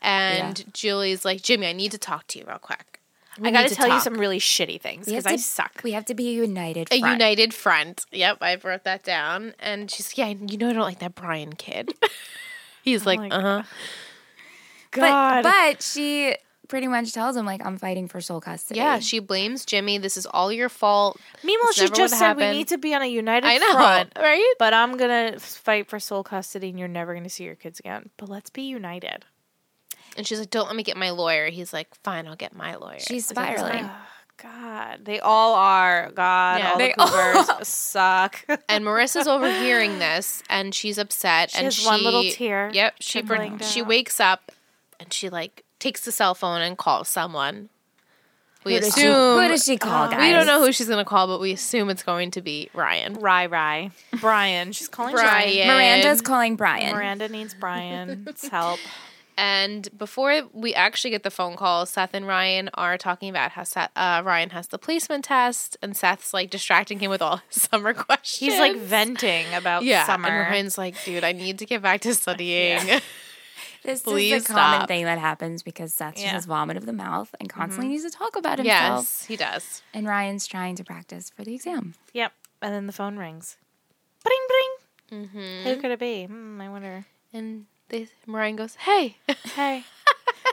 Speaker 4: And Julie's like, Jimmy, I need to talk to you real quick.
Speaker 2: I got
Speaker 4: need
Speaker 2: to
Speaker 4: to
Speaker 2: tell you
Speaker 4: talk.
Speaker 2: some really shitty things
Speaker 3: We have
Speaker 2: because I
Speaker 3: to-
Speaker 2: suck.
Speaker 3: We have to be a united.
Speaker 4: A
Speaker 3: front.
Speaker 4: united front. Yep, I wrote that down. And she's like, Yeah, you know I don't like that Brian kid. He's like,
Speaker 2: like,
Speaker 4: Uh huh.
Speaker 3: But,
Speaker 2: God.
Speaker 3: but she pretty much tells him like I'm fighting for sole custody.
Speaker 4: Yeah, she blames Jimmy. This is all your fault.
Speaker 2: Meanwhile,
Speaker 4: This
Speaker 2: she
Speaker 4: never
Speaker 2: just
Speaker 4: would
Speaker 2: said we
Speaker 4: happen.
Speaker 2: need to be on a united
Speaker 4: I know,
Speaker 2: front.
Speaker 4: right?
Speaker 2: But I'm gonna fight for sole custody, and you're never gonna see your kids again. But let's be united.
Speaker 4: And she's like, Don't let me get my lawyer. He's like, Fine, I'll get my lawyer.
Speaker 3: she's spiraling.
Speaker 2: Oh, God, they all are. God,
Speaker 4: Yeah.
Speaker 2: all
Speaker 3: They
Speaker 2: the Coopers suck.
Speaker 4: and Marissa's overhearing this, and she's upset.
Speaker 2: She
Speaker 4: and
Speaker 2: has one little
Speaker 4: she-
Speaker 2: tear
Speaker 4: Yep. She per-
Speaker 2: tumbling
Speaker 4: she
Speaker 2: down.
Speaker 4: wakes up, and she like takes the cell phone and calls someone. We
Speaker 3: Who does she-
Speaker 4: assume
Speaker 3: who does she call, guys?
Speaker 4: we don't know who she's gonna call, but we assume it's going to be Ryan.
Speaker 2: Rye, Rye, Brian. She's calling Brian.
Speaker 4: Brian.
Speaker 3: Miranda's calling Brian.
Speaker 2: Miranda needs Brian's help.
Speaker 4: And before we actually get the phone call, Seth and Ryan are talking about how Seth, uh, Ryan has the placement test, and Seth's like distracting him with all his summer questions.
Speaker 2: He's like venting about
Speaker 4: yeah,
Speaker 2: summer.
Speaker 4: and Ryan's like, dude, I need to get back to studying.
Speaker 3: This is
Speaker 4: Please
Speaker 3: a common
Speaker 4: stop.
Speaker 3: thing that happens because Seth just
Speaker 2: Yeah.
Speaker 3: has vomit of the mouth and constantly needs to talk about himself.
Speaker 4: Mm-hmm. yes, he does.
Speaker 3: And Ryan's trying to practice for the exam.
Speaker 2: Yep. And then the phone rings. Mm-hmm. Bring, bring. Who could it be? Hmm, I wonder.
Speaker 4: And they, Ryan goes, hey.
Speaker 2: Hey.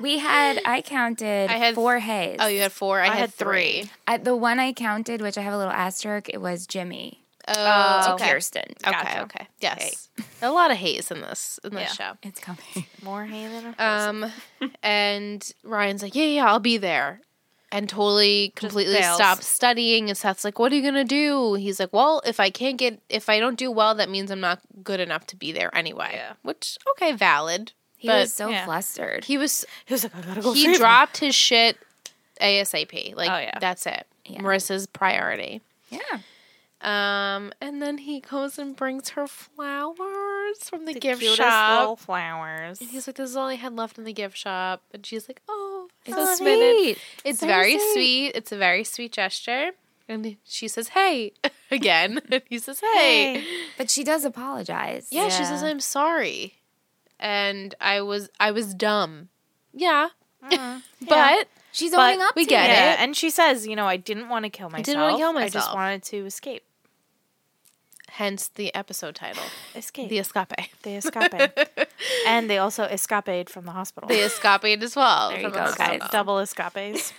Speaker 3: We had I counted
Speaker 4: I had-
Speaker 3: four hays.
Speaker 4: Oh, you had four. I, had, three.
Speaker 3: I, the one I counted, which I have a little asterisk, it was Jimmy.
Speaker 4: Oh,
Speaker 3: to
Speaker 4: okay.
Speaker 3: Kirsten.
Speaker 4: Okay,
Speaker 2: Gotcha.
Speaker 4: okay. Yes. A lot of haze in this in this
Speaker 2: Yeah.
Speaker 3: It's coming.
Speaker 2: More hay than a
Speaker 4: show. Um and Ryan's like, "Yeah, yeah, I'll be there." And totally completely
Speaker 2: bails.
Speaker 4: stops studying and Seth's like, "What are you going to do?" He's like, "Well, if I can't get if I don't do well, that means I'm not good enough to be there anyway."
Speaker 2: Yeah.
Speaker 4: Which okay, valid.
Speaker 3: He
Speaker 4: but
Speaker 3: was so
Speaker 2: yeah.
Speaker 3: flustered.
Speaker 4: he was
Speaker 2: He was like, I gotta go.
Speaker 4: he
Speaker 2: save her.
Speaker 4: dropped his shit ASAP. Like
Speaker 2: Oh, yeah.
Speaker 4: that's it.
Speaker 3: Yeah.
Speaker 4: Marissa's priority.
Speaker 3: Yeah.
Speaker 4: Um, and then he goes and brings her flowers from the,
Speaker 2: The
Speaker 4: gift
Speaker 2: cutest
Speaker 4: shop.
Speaker 2: little flowers.
Speaker 4: And he's like, "This is all I had left in the gift shop," and she's like, "Oh,
Speaker 3: It's
Speaker 4: so
Speaker 3: so
Speaker 4: sweet.
Speaker 3: sweet.
Speaker 4: It's
Speaker 3: So
Speaker 4: very
Speaker 3: sweet.
Speaker 4: sweet. It's a very sweet gesture." And she says, "Hey," again. And he says,
Speaker 2: Hey.
Speaker 4: "Hey."
Speaker 3: But she does apologize.
Speaker 4: Yeah, she says,
Speaker 2: Yeah.
Speaker 4: "I'm sorry," and I was I was dumb. Yeah, but
Speaker 3: She's
Speaker 4: But
Speaker 3: owning up
Speaker 4: we
Speaker 3: to
Speaker 4: get
Speaker 3: it.
Speaker 2: yeah,
Speaker 4: it.
Speaker 2: and she says, you know, I didn't want to kill myself.
Speaker 4: didn't wanna kill
Speaker 2: I just
Speaker 4: myself."
Speaker 2: wanted to escape.
Speaker 4: hence the episode title,
Speaker 2: Escape.
Speaker 4: the escape.
Speaker 2: they escaped. and they also escaped from the hospital.
Speaker 4: The escape as well.
Speaker 3: There you
Speaker 4: from
Speaker 3: go,
Speaker 4: Escape.
Speaker 3: guys.
Speaker 2: Double escapes.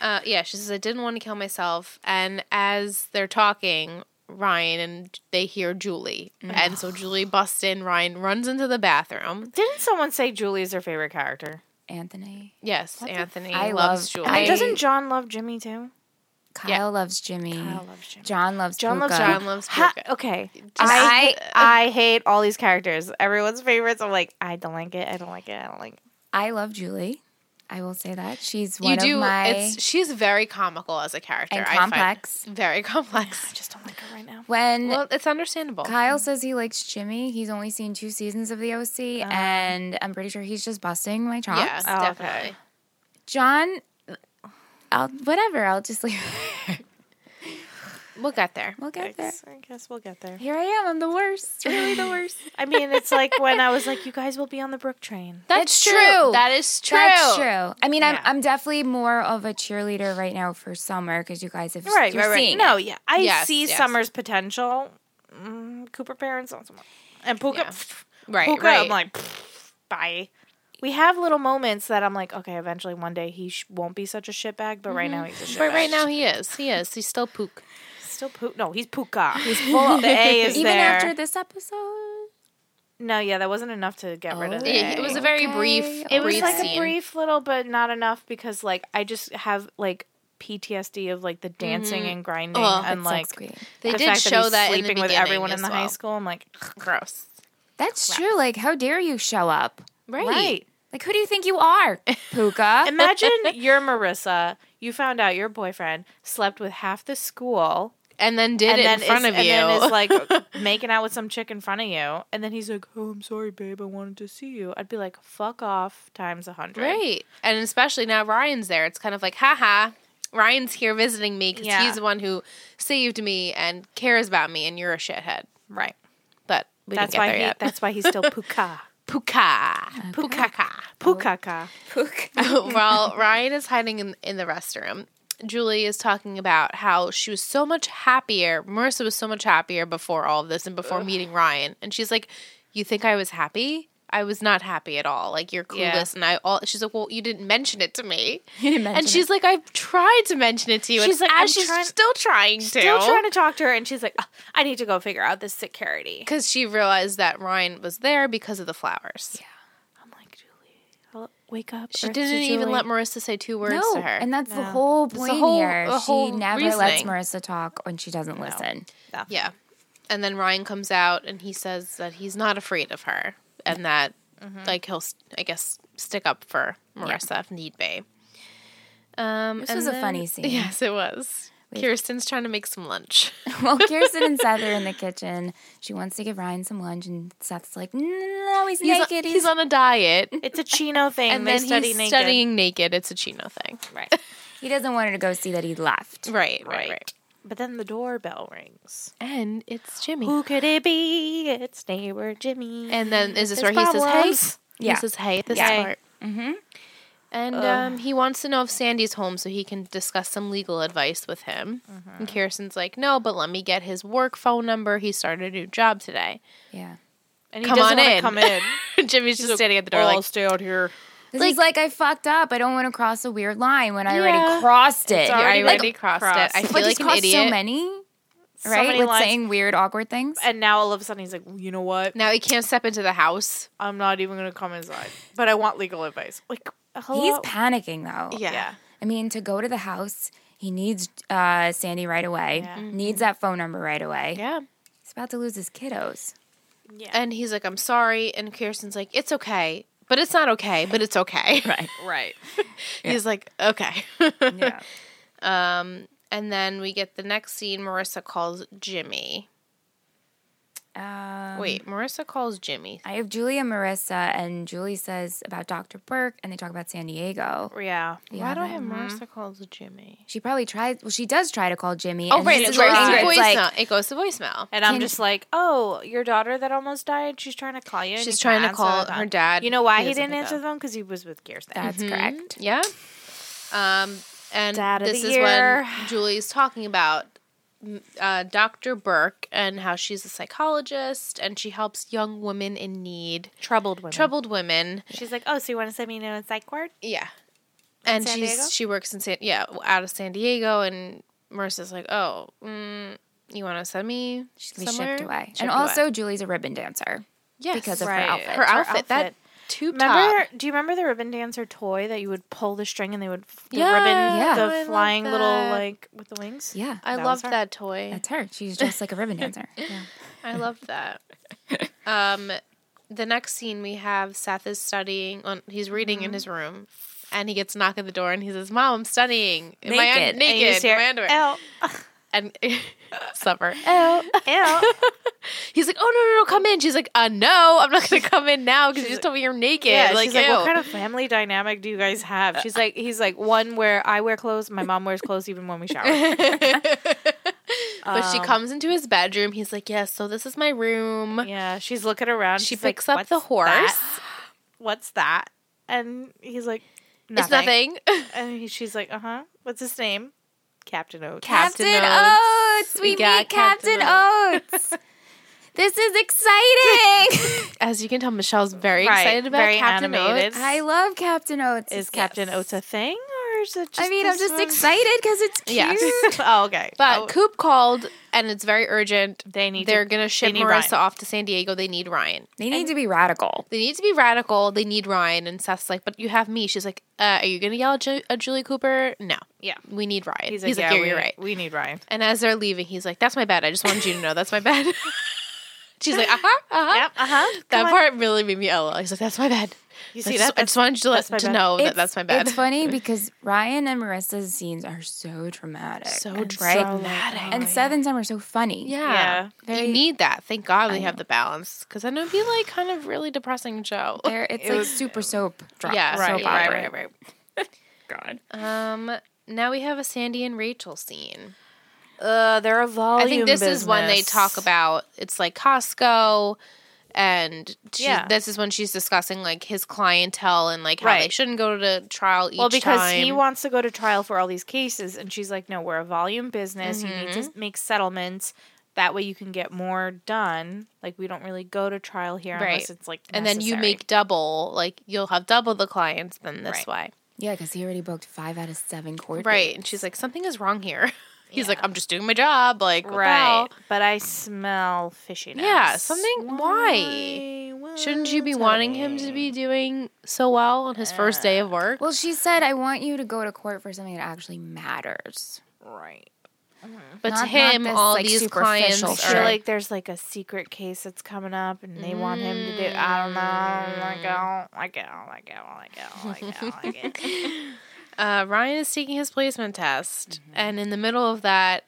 Speaker 4: Uh, yeah, she says, I didn't want to kill myself. And as they're talking, Ryan and they hear Julie. And
Speaker 3: Mm.
Speaker 4: so Julie busts in. Ryan runs into the bathroom.
Speaker 2: Didn't someone say Julie's her favorite character?
Speaker 3: Anthony.
Speaker 4: Yes,
Speaker 3: What the f-
Speaker 4: Anthony
Speaker 3: I
Speaker 4: loves
Speaker 3: love-
Speaker 4: Julie.
Speaker 3: I-
Speaker 2: Doesn't John love Jimmy too?
Speaker 3: Kyle
Speaker 4: Yeah.
Speaker 3: loves Jimmy.
Speaker 2: loves Jimmy.
Speaker 3: John loves
Speaker 2: Mm. John loves
Speaker 3: Puka.
Speaker 4: John loves
Speaker 2: Ha-
Speaker 4: Puka.
Speaker 2: okay. I, uh,
Speaker 3: I-
Speaker 2: I hate all these characters. Everyone's favorites. I'm like, I don't like it. I don't like it. I don't like it.
Speaker 3: I love Julie. I will say that. She's one
Speaker 4: you do.
Speaker 3: of my
Speaker 4: It's she's very comical as a character.
Speaker 3: and
Speaker 4: I find-
Speaker 3: complex.
Speaker 4: very complex.
Speaker 2: I just don't like her right now.
Speaker 3: When
Speaker 4: Well, it's understandable.
Speaker 3: Kyle says he likes Jimmy, he's only seen two seasons of the OC, and I'm pretty sure he's just busting my chops.
Speaker 4: Uh-huh. yeah,
Speaker 2: Oh, okay.
Speaker 4: definitely.
Speaker 3: John, I'll whatever. I'll just leave. it.
Speaker 4: We'll get there.
Speaker 3: we'll get there.
Speaker 2: Thanks. I guess we'll get there.
Speaker 3: Here I am. I'm the worst. Really the worst.
Speaker 2: I mean, it's like when I was like, you guys will be on the Brook train.
Speaker 4: That's
Speaker 3: It's
Speaker 4: true.
Speaker 3: true.
Speaker 4: That is true.
Speaker 3: That's true. I mean,
Speaker 2: Yeah.
Speaker 3: I'm I'm definitely more of a cheerleader right now for summer because you guys have
Speaker 2: Right,
Speaker 3: you're
Speaker 2: right, right.
Speaker 3: seeing
Speaker 2: No,
Speaker 3: it.
Speaker 2: yeah. I
Speaker 4: Yes,
Speaker 2: see
Speaker 4: yes.
Speaker 2: Summer's potential. Mm, Cooper parents, not so much. And Puka.
Speaker 4: Yeah.
Speaker 2: pff,
Speaker 4: Right,
Speaker 2: Puka,
Speaker 4: right.
Speaker 2: I'm like, pff, bye. We have little moments that I'm like, okay, eventually one day he sh- won't be such a shitbag, Mm-hmm. but right now he's a shitbag.
Speaker 4: but right now he is. He is. He's still pook.
Speaker 2: Still poop. No, he's Puka. He's full. the A is
Speaker 3: even
Speaker 2: there.
Speaker 3: after this episode.
Speaker 2: no, yeah, that wasn't enough to get rid of
Speaker 3: Oh.
Speaker 2: the
Speaker 4: Yeah,
Speaker 2: A.
Speaker 4: it was a very
Speaker 3: Okay.
Speaker 4: brief.
Speaker 3: It
Speaker 2: It was
Speaker 4: brief
Speaker 2: like
Speaker 4: scene.
Speaker 2: a brief little, but not enough because like I just have like PTSD of like the dancing and grinding
Speaker 4: Ugh.
Speaker 2: and
Speaker 3: It
Speaker 2: like
Speaker 3: sucks, Queen.
Speaker 4: They
Speaker 2: the
Speaker 4: did
Speaker 2: fact
Speaker 4: show
Speaker 2: he's
Speaker 4: that in the
Speaker 2: sleeping with everyone
Speaker 4: beginning
Speaker 2: in the
Speaker 4: as
Speaker 2: high
Speaker 4: well.
Speaker 2: school. I'm like,
Speaker 4: Gross.
Speaker 3: That's true. Like, how dare you show up?
Speaker 4: Right.
Speaker 2: right.
Speaker 3: Like, who do you think you are, Puka?
Speaker 2: Imagine you're Marissa. You found out your boyfriend slept with half the school,
Speaker 4: And then did
Speaker 2: and
Speaker 4: it
Speaker 2: then
Speaker 4: in front
Speaker 2: is,
Speaker 4: of you.
Speaker 2: and then is like making out with some chick in front of you, and then he's like, "Oh, I'm sorry, babe. I wanted to see you." I'd be like, "Fuck off!" Times a hundred.
Speaker 4: right. And especially now Ryan's there. It's kind of like, haha, Ryan's here visiting me because
Speaker 2: Yeah.
Speaker 4: he's the one who saved me and cares about me, and you're a shithead.
Speaker 2: right.
Speaker 4: But we
Speaker 2: that's
Speaker 4: didn't get
Speaker 2: why
Speaker 4: there
Speaker 2: he.
Speaker 4: yet.
Speaker 2: That's why he's still puka,
Speaker 4: Puka. Puka.
Speaker 2: pukaka.
Speaker 3: Puka.
Speaker 4: While Ryan is hiding in, in the restroom, Julie is talking about how she was so much happier. Marissa was so much happier before all of this and before meeting Ryan. And she's like, You think I was happy? I was not happy at all. Like you're clueless,
Speaker 2: Yeah.
Speaker 4: and I all. She's like, well, you didn't mention it to me,
Speaker 3: You didn't mention
Speaker 4: and she's like, I've tried to mention it to you.
Speaker 2: She's
Speaker 4: She's
Speaker 2: like,
Speaker 4: like,
Speaker 2: "I'm
Speaker 4: as she's
Speaker 2: trying-
Speaker 4: still trying to,
Speaker 2: Still trying to talk to her, and she's like, "Ugh, "I need to go figure out this security."
Speaker 4: because she realized that Ryan was there because of the flowers.
Speaker 2: I'm like, Julie, hello- wake up.
Speaker 4: She
Speaker 2: Earth to
Speaker 4: didn't even
Speaker 2: Julie."
Speaker 4: let Marissa say two words
Speaker 3: no,
Speaker 4: to her.
Speaker 3: and that's the
Speaker 2: No.
Speaker 3: whole
Speaker 4: the
Speaker 3: point
Speaker 4: whole-
Speaker 3: here.
Speaker 4: the
Speaker 3: She
Speaker 4: whole
Speaker 3: never lets
Speaker 4: reasoning.
Speaker 3: Marissa talk when she doesn't listen.
Speaker 2: No.
Speaker 4: Yeah. And then Ryan comes out and he says that he's not afraid of her and that, like, he'll, s- I guess, stick up for Marissa if need be. Um,
Speaker 3: This
Speaker 4: and
Speaker 3: was a
Speaker 4: then-
Speaker 3: funny scene.
Speaker 4: Yes, it was. Kirsten's trying to make some lunch.
Speaker 3: Well, Kirsten and Seth are in the kitchen. She wants to give Ryan some lunch, and Seth's like, "Mm, "No, he's,
Speaker 4: He's, on,
Speaker 3: naked.
Speaker 4: he's on a diet.
Speaker 2: It's a chino thing.
Speaker 4: And
Speaker 2: they
Speaker 4: then
Speaker 2: study
Speaker 4: he's
Speaker 2: naked.
Speaker 4: studying naked. It's a Chino thing.
Speaker 2: Right.
Speaker 3: he doesn't want her to go see that he left."
Speaker 4: Right, right,
Speaker 2: Right.
Speaker 4: right.
Speaker 2: But then the doorbell rings.
Speaker 4: And it's Jimmy.
Speaker 2: Who could it be? It's neighbor Jimmy.
Speaker 4: And then is this
Speaker 2: There's
Speaker 4: where he
Speaker 2: problems.
Speaker 4: says, hey?
Speaker 3: Yeah.
Speaker 4: He says, hey, at this
Speaker 2: Yeah.
Speaker 4: part. Mm-hmm. And um, he wants to know if Sandy's home so he can discuss some legal advice with him. And Kirsten's like, no, but let me get his work phone number. He started a new job today.
Speaker 3: Yeah,
Speaker 2: and he
Speaker 4: come
Speaker 2: doesn't
Speaker 4: on
Speaker 2: wanna
Speaker 4: in.
Speaker 2: come in.
Speaker 4: Jimmy's just
Speaker 2: like,
Speaker 4: standing at the door
Speaker 2: "I'll
Speaker 4: like,
Speaker 2: stay out here.
Speaker 3: 'Cause he's like, "I fucked up. I don't want to cross a weird line when I
Speaker 2: Yeah.
Speaker 3: already crossed it."
Speaker 4: I
Speaker 2: already,
Speaker 4: already
Speaker 2: like,
Speaker 4: crossed,
Speaker 2: crossed.
Speaker 4: it. I
Speaker 2: But
Speaker 4: feel
Speaker 3: he's
Speaker 4: like an
Speaker 3: crossed
Speaker 4: idiot.
Speaker 3: so many,
Speaker 2: So
Speaker 3: right?
Speaker 2: many
Speaker 3: With
Speaker 2: lines.
Speaker 3: saying weird, awkward things.
Speaker 2: And now all of a sudden he's like, you know what?
Speaker 4: Now he can't step into the house.
Speaker 2: I'm not even going to come inside. But I want legal advice. Like, hello?
Speaker 3: He's panicking though.
Speaker 2: yeah.
Speaker 4: Yeah.
Speaker 3: I mean, to go to the house, he needs uh, Sandy right away.
Speaker 2: Yeah.
Speaker 3: Needs that phone number right away.
Speaker 4: Yeah.
Speaker 3: He's about to lose his kiddos.
Speaker 2: Yeah.
Speaker 4: And he's like, I'm sorry. And Kirsten's like, it's okay. But it's not okay, but it's okay.
Speaker 3: Right.
Speaker 2: Right.
Speaker 4: He's like, okay.
Speaker 3: Yeah.
Speaker 4: Um, and then we get the next scene. Marissa calls Jimmy.
Speaker 3: Um,
Speaker 4: Wait, Marissa calls Jimmy.
Speaker 3: I have Julia Marissa, and Julie says about Dr. Burke, and they talk about San Diego.
Speaker 2: Yeah.
Speaker 4: Why
Speaker 3: Yeah,
Speaker 4: do I
Speaker 3: that-
Speaker 4: have Marissa calls Jimmy?
Speaker 3: She probably tries. Well, she does try to call Jimmy.
Speaker 4: Oh,
Speaker 3: and
Speaker 4: right.
Speaker 3: this
Speaker 4: It
Speaker 3: is
Speaker 4: goes,
Speaker 3: where
Speaker 2: goes to
Speaker 4: to
Speaker 3: Ingrid's like,
Speaker 4: voicemail. it goes to voicemail.
Speaker 2: And I'm
Speaker 3: Can-
Speaker 2: just like, oh, your daughter that almost died. She's trying to call you. and
Speaker 4: She's
Speaker 2: you
Speaker 4: trying to
Speaker 2: can't answer
Speaker 4: call
Speaker 2: the
Speaker 4: her
Speaker 2: phone."
Speaker 4: dad.
Speaker 2: You know why
Speaker 4: He
Speaker 2: he,
Speaker 4: doesn't
Speaker 2: didn't
Speaker 4: pick
Speaker 2: answer
Speaker 4: up.
Speaker 2: the phone? Because he was with Kirsten.
Speaker 3: That's correct.
Speaker 4: Yeah. Um, and
Speaker 2: Dad of
Speaker 4: this
Speaker 2: the
Speaker 4: is
Speaker 2: year.
Speaker 4: when Julie's talking about mm, uh, Dr. Burke and how she's a psychologist and she helps young women in need,
Speaker 2: troubled women.
Speaker 4: troubled women.
Speaker 2: She's like, oh, so you want to send me no psych ward?
Speaker 4: Yeah. And
Speaker 2: San
Speaker 4: she's
Speaker 2: Diego?
Speaker 4: she works in San yeah out of San Diego and Marissa's like oh mm, you want to send me
Speaker 3: She's gonna be
Speaker 4: somewhere
Speaker 3: shipped away.
Speaker 4: Shipped
Speaker 3: and also, Julie's a ribbon dancer.
Speaker 4: yes
Speaker 3: because of her
Speaker 2: Right.
Speaker 3: outfit.
Speaker 4: her
Speaker 2: Her
Speaker 4: outfit, that
Speaker 2: outfit.
Speaker 4: tube
Speaker 2: Remember?
Speaker 4: top
Speaker 2: Do you remember the ribbon dancer toy that you would pull the string and they would f- the
Speaker 4: Yeah,
Speaker 2: ribbon,
Speaker 3: Yeah.
Speaker 4: I
Speaker 2: the
Speaker 4: love
Speaker 2: flying little
Speaker 4: that.
Speaker 2: like with the wings?
Speaker 3: Yeah.
Speaker 4: I
Speaker 2: That was
Speaker 4: loved
Speaker 2: her.
Speaker 4: that toy
Speaker 3: That's her. She's dressed like a ribbon dancer. Yeah.
Speaker 4: I loved that. Um, the next scene we have Seth is studying. On, he's reading
Speaker 3: Mm-hmm.
Speaker 4: in his room, and he gets a knock at the door, and he says, "Mom, I'm studying in my un-
Speaker 2: And
Speaker 3: Naked. And
Speaker 2: you
Speaker 4: naked,
Speaker 2: just
Speaker 4: in
Speaker 2: hear,
Speaker 4: my underwear."
Speaker 2: Ow,
Speaker 4: And supper.
Speaker 2: ow, ow.
Speaker 4: He's like, "Oh no, no, no, come in." She's like, "Uh, no, I'm not gonna come in now because
Speaker 2: she's
Speaker 4: you
Speaker 2: like-
Speaker 4: just told me you're naked."
Speaker 2: Yeah,
Speaker 4: like,
Speaker 2: she's like, what
Speaker 4: ew. Uh,
Speaker 2: kind of family dynamic do you guys have? She's like, he's like one where I wear clothes, my mom wears clothes even when we shower.
Speaker 4: but she
Speaker 2: Um,
Speaker 4: comes into his bedroom. He's like, "Yes, so this is my room."
Speaker 2: Yeah, she's looking around.
Speaker 4: She
Speaker 2: she's like,
Speaker 4: picks up the
Speaker 2: "What's
Speaker 4: horse.
Speaker 2: that? What's that? And he's like, nothing.
Speaker 4: It's nothing.
Speaker 2: And he, she's like, uh huh. What's his name? Captain Oates.
Speaker 4: Captain
Speaker 3: Captain
Speaker 4: Oates.
Speaker 3: Oates.
Speaker 4: We
Speaker 3: We
Speaker 4: got
Speaker 3: meet Captain Oates. this is exciting.
Speaker 4: As you can tell, Michelle's very
Speaker 2: Right,
Speaker 4: excited about
Speaker 2: very
Speaker 4: Captain
Speaker 2: animated.
Speaker 4: Oates.
Speaker 3: I love Captain Oates.
Speaker 2: is Captain
Speaker 3: Yes.
Speaker 2: Oates a thing, or is it? just
Speaker 3: I mean, I'm
Speaker 2: this
Speaker 3: just
Speaker 2: one?
Speaker 3: excited because it's cute.
Speaker 4: Yes.
Speaker 2: oh, okay.
Speaker 4: But
Speaker 2: Oh,
Speaker 4: Coop called, and it's very urgent.
Speaker 2: they need.
Speaker 4: They're
Speaker 2: to,
Speaker 4: gonna ship
Speaker 2: need
Speaker 4: Marissa
Speaker 2: Ryan.
Speaker 4: off to San Diego. They need Ryan.
Speaker 3: They need to be radical.
Speaker 4: They need to be radical. They need Ryan. And Seth's like, "But you have me." She's like, uh, "Are you gonna yell at, Ju- at Julie Cooper?" No,
Speaker 2: yeah.
Speaker 4: we need Ryan.
Speaker 2: He's like, yeah,
Speaker 4: "You're-
Speaker 2: we,
Speaker 4: you're right."
Speaker 2: We need Ryan.
Speaker 4: And as they're leaving, he's like, "That's my bad. I just wanted you to know that's my bad." She's like, "Uh huh, uh huh."
Speaker 2: Yep. Uh huh.
Speaker 4: That part really made me LOL. He's like, "That's my bad."
Speaker 2: You
Speaker 4: I
Speaker 2: see
Speaker 4: just,
Speaker 2: that?
Speaker 4: I just wanted you to, let,
Speaker 2: that's my
Speaker 4: to
Speaker 2: bad.
Speaker 4: know Oh, that
Speaker 3: It's-
Speaker 4: that's my bad.
Speaker 3: It's funny because Ryan and Marissa's scenes are so dramatic.
Speaker 4: So
Speaker 3: and
Speaker 4: dramatic.
Speaker 3: and Seth and Sam are so funny.
Speaker 4: Yeah.
Speaker 2: Yeah.
Speaker 3: Very-
Speaker 4: you need that. Thank God we have the balance because then it would be like kind of really depressing show.
Speaker 3: They're, it's
Speaker 2: It
Speaker 3: like
Speaker 2: was-
Speaker 3: super soap drama.
Speaker 4: Yeah,
Speaker 3: soap
Speaker 4: right,
Speaker 3: opera.
Speaker 4: right,
Speaker 2: right.
Speaker 3: God.
Speaker 4: Um, now we have a Sandy and Rachel scene.
Speaker 2: Uh, they're a volume.
Speaker 4: I think this is when they
Speaker 2: business.
Speaker 4: talk about it's like Costco, and she,
Speaker 2: Yeah.
Speaker 4: this is when she's discussing like his clientele and like how they
Speaker 2: Right.
Speaker 4: shouldn't go to trial each
Speaker 2: Well, because
Speaker 4: time.
Speaker 2: he wants to go to trial for all these cases, and she's like, "No, we're a volume business. You need
Speaker 4: Mm-hmm.
Speaker 2: to make settlements. That way, you can get more done. Like, we don't really go to trial here
Speaker 4: Right.
Speaker 2: unless it's like."
Speaker 4: and then you
Speaker 2: necessary."
Speaker 4: make double, like you'll have double the clients than this
Speaker 2: Right.
Speaker 4: way,
Speaker 3: Yeah, because he already booked five out of seven court
Speaker 4: right?
Speaker 3: dates.
Speaker 4: And she's like, something is wrong here. He's like, I'm just doing my job, like what the
Speaker 2: right,
Speaker 4: hell?
Speaker 2: but I smell fishiness.
Speaker 4: Yeah, something. Why?
Speaker 2: Mm,
Speaker 4: Shouldn't you be
Speaker 2: Tell
Speaker 4: wanting him to
Speaker 2: me.
Speaker 4: be doing so well on his first day of work?
Speaker 3: Well, she said, I want you to go to court for something that actually matters.
Speaker 2: right?
Speaker 4: But to
Speaker 3: Not- not
Speaker 4: him,
Speaker 3: this,
Speaker 4: all
Speaker 3: like,
Speaker 4: these
Speaker 3: superficial
Speaker 4: clients
Speaker 2: I
Speaker 4: are
Speaker 2: feel like there's like a secret case that's coming up, and they want him to do. I don't know. I go, I go, I go, I go, I go, I go.
Speaker 4: uh, Ryan is taking his placement test,
Speaker 2: Mm-hmm.
Speaker 4: and in the middle of that,